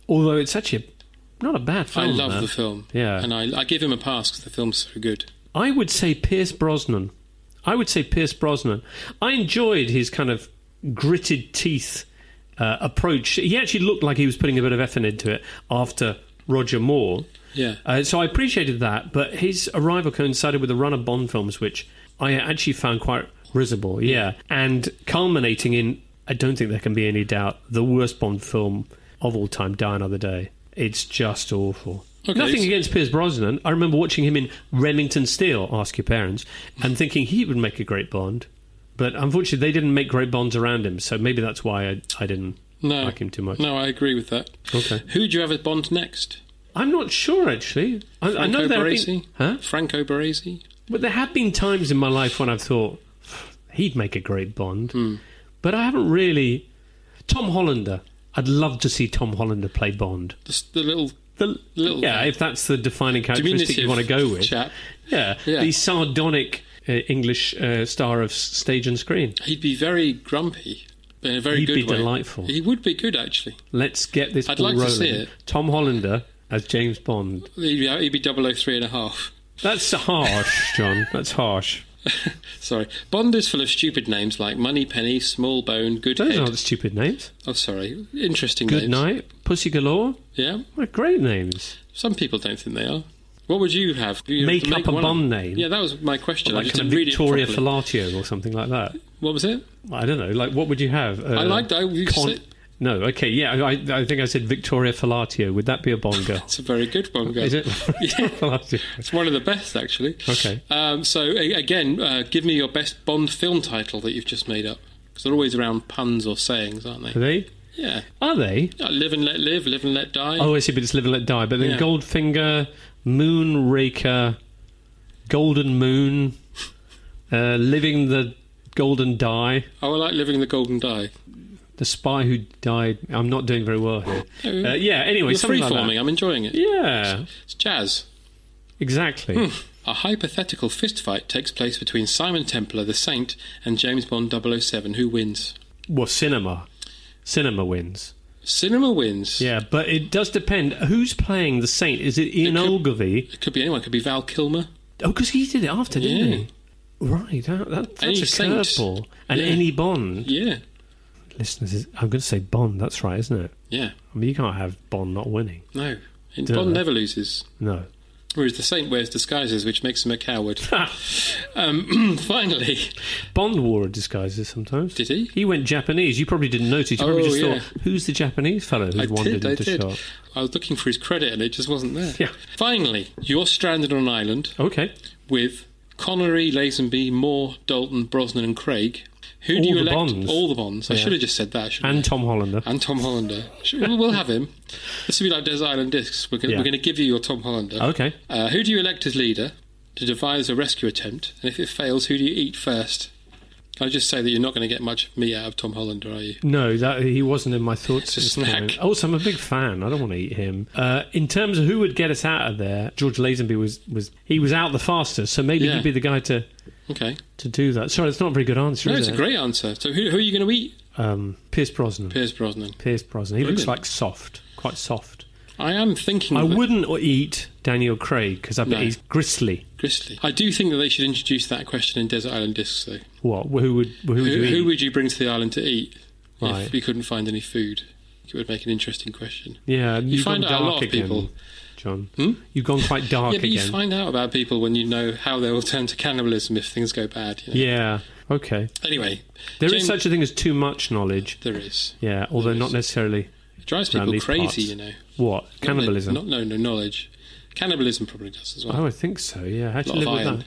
Although it's actually a, not a bad I film. love that. the film, Yeah, and I, I give him a pass because the film's so good. I would say Pierce Brosnan. I would say Pierce Brosnan. I enjoyed his kind of gritted teeth uh, approach. He actually looked like he was putting a bit of effort into it after Roger Moore. Yeah. Uh, so I appreciated that, but his arrival coincided with a run of Bond films, which I actually found quite risible. Yeah. And culminating in, I don't think there can be any doubt, the worst Bond film of all time, Die Another Day. It's just awful. Okay, Nothing so- against Piers Brosnan. I remember watching him in Remington Steel, Ask Your Parents, and thinking he would make a great Bond. But unfortunately, they didn't make great Bonds around him, so maybe that's why I, I didn't No, like him too much. No, I agree with that. Okay. Who do you have as Bond next? I'm not sure, actually. I, I know there have been- Baresi. Huh? Franco Baresi. But there have been times in my life when I've thought he'd make a great Bond, Hmm. but I haven't really. Tom Hollander. I'd love to see Tom Hollander play Bond. Just the little The, Little yeah, guy. if that's the defining characteristic diminutive you want to go with. chap. Yeah, Yeah. the sardonic uh, English uh, star of s- stage and screen. He'd be very grumpy, but in a very He'd good be way. delightful. He would be good actually. Let's get this I'd ball like to rolling. see it. Tom Hollander as James Bond. He'd be, he'd be 003 and a half. That's harsh, John. That's harsh. Sorry. Bond is full of stupid names like Moneypenny, Smallbone, Those Goodhead. aren't stupid names. oh, sorry. Interesting names. Good night, Pussy Galore. Yeah. What great names. Some people don't think they are. What would you have? You Make have to up a one Bond up. name. Yeah, that was my question. I like just kind of didn't read Victoria it properly. Filatio or something like that. What was it? I don't know. Like, what would you have? Uh, I liked that. You said- No, okay, yeah. I, I- I think I said Victoria Filatio. Would that be a Bond girl? It's a very good one, guys. Is it? Filatio. It's one of the best, actually. Okay. Um, so a- again, uh, give me your best Bond film title that you've just made up, because they're always around puns or sayings, aren't Are they? they? Yeah. Are they? Yeah, live and let live, live and let die. Oh, I see, but it's Live and Let Die. But then Yeah. Goldfinger, Moonraker, Golden Moon, uh, Living the Golden Die. Oh, I like living the golden die. The Spy Who Died. I'm not doing very well here. Uh, yeah, anyway, You're something like that. free-forming. I'm enjoying it. Yeah, It's jazz. exactly. Hmm. A hypothetical fistfight takes place between Simon Templar, the Saint, and James Bond 007. Who wins? Well, cinema. Cinema wins. Cinema wins. Yeah, but it does depend. Who's playing the saint? Is it Ian It could- Ogilvy? It could be anyone. It could be Val Kilmer. Oh, because he did it after, didn't Yeah. he? Right, that, that, that's Any a saint. curveball. And Yeah. any Bond. Yeah. Listeners, is- I'm going to say Bond, that's right, isn't it? Yeah. I mean, you can't have Bond not winning. No. And Duh. Bond never loses. No. Whereas the Saint wears disguises, which makes him a coward. um, finally, Bond wore disguises sometimes. Did he? He went Japanese. You probably didn't notice. You probably Oh, just yeah. thought, who's the Japanese fellow who I wandered did. I into did. shot? I was looking for his credit, and it just wasn't there. Yeah. Finally, you're stranded on an island. Okay. with Connery, Lazenby, Moore, Dalton, Brosnan, and Craig. Who All do you the elect? Bonds. All the bonds. I Yeah. should have just said that. shouldn't And I? Tom Hollander. and Tom Hollander. Should- we'll we'll have him. This will be like Desert Island Discs. We're going Yeah. we're to give you your Tom Hollander. Okay. Uh, who do you elect as leader to devise a rescue attempt? And if it fails, who do you eat first? I'll just say that you're not going to get much meat out of Tom Hollander, are you? No, that he wasn't in my It's thoughts. a this snack. morning. Also, I'm a big fan. I don't want to eat him. Uh, in terms of who would get us out of there, George Lazenby was, was he was out the fastest, so maybe Yeah. he'd be the guy to, Okay. to do that. Sorry, it's not a very good answer. No, it's is a it? great answer. So who, who are you going to eat? Um, Pierce Brosnan. Piers Brosnan. Pierce Brosnan. He looks Brilliant. like soft, quite soft. I am thinking. I that- wouldn't eat Daniel Craig because I bet No. he's gristly. Gristly. I do think that they should introduce that question in Desert Island Discs, though. What? Who would? Who would Who, you eat? who would you bring to the island to eat Right. if we couldn't find any food? It would make an interesting question. Yeah, You you've find gone out a dark lot of again, people. Hmm? John. You've gone quite dark yeah, but again. you find out about people when you know how they will turn to cannibalism if things go bad. You know? yeah. Okay. Anyway, There is James- such a thing as too much knowledge. There is. Yeah, although There not is. necessarily It drives around people these crazy, parts. you know. What cannibalism? Not, no, no knowledge. Cannibalism probably does as well. oh, I think so. Yeah, how do a lot you of live with iron.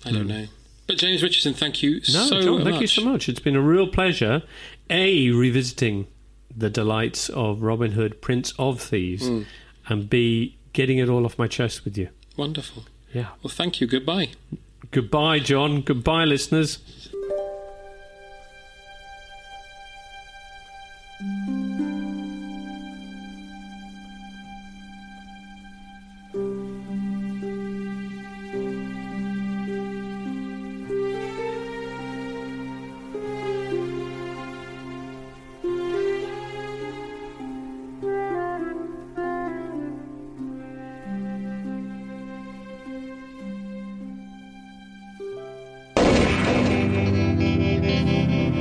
that? I don't know. But James Richardson, thank you No, so John, much. thank you so much. It's been a real pleasure. A revisiting the delights of Robin Hood, Prince of Thieves, Hmm. and B getting it all off my chest with you. Wonderful. Yeah. Well, thank you. Goodbye. Goodbye, John. Goodbye, listeners.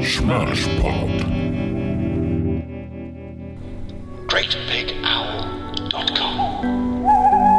Smash Pod. GreatBigOwl.com.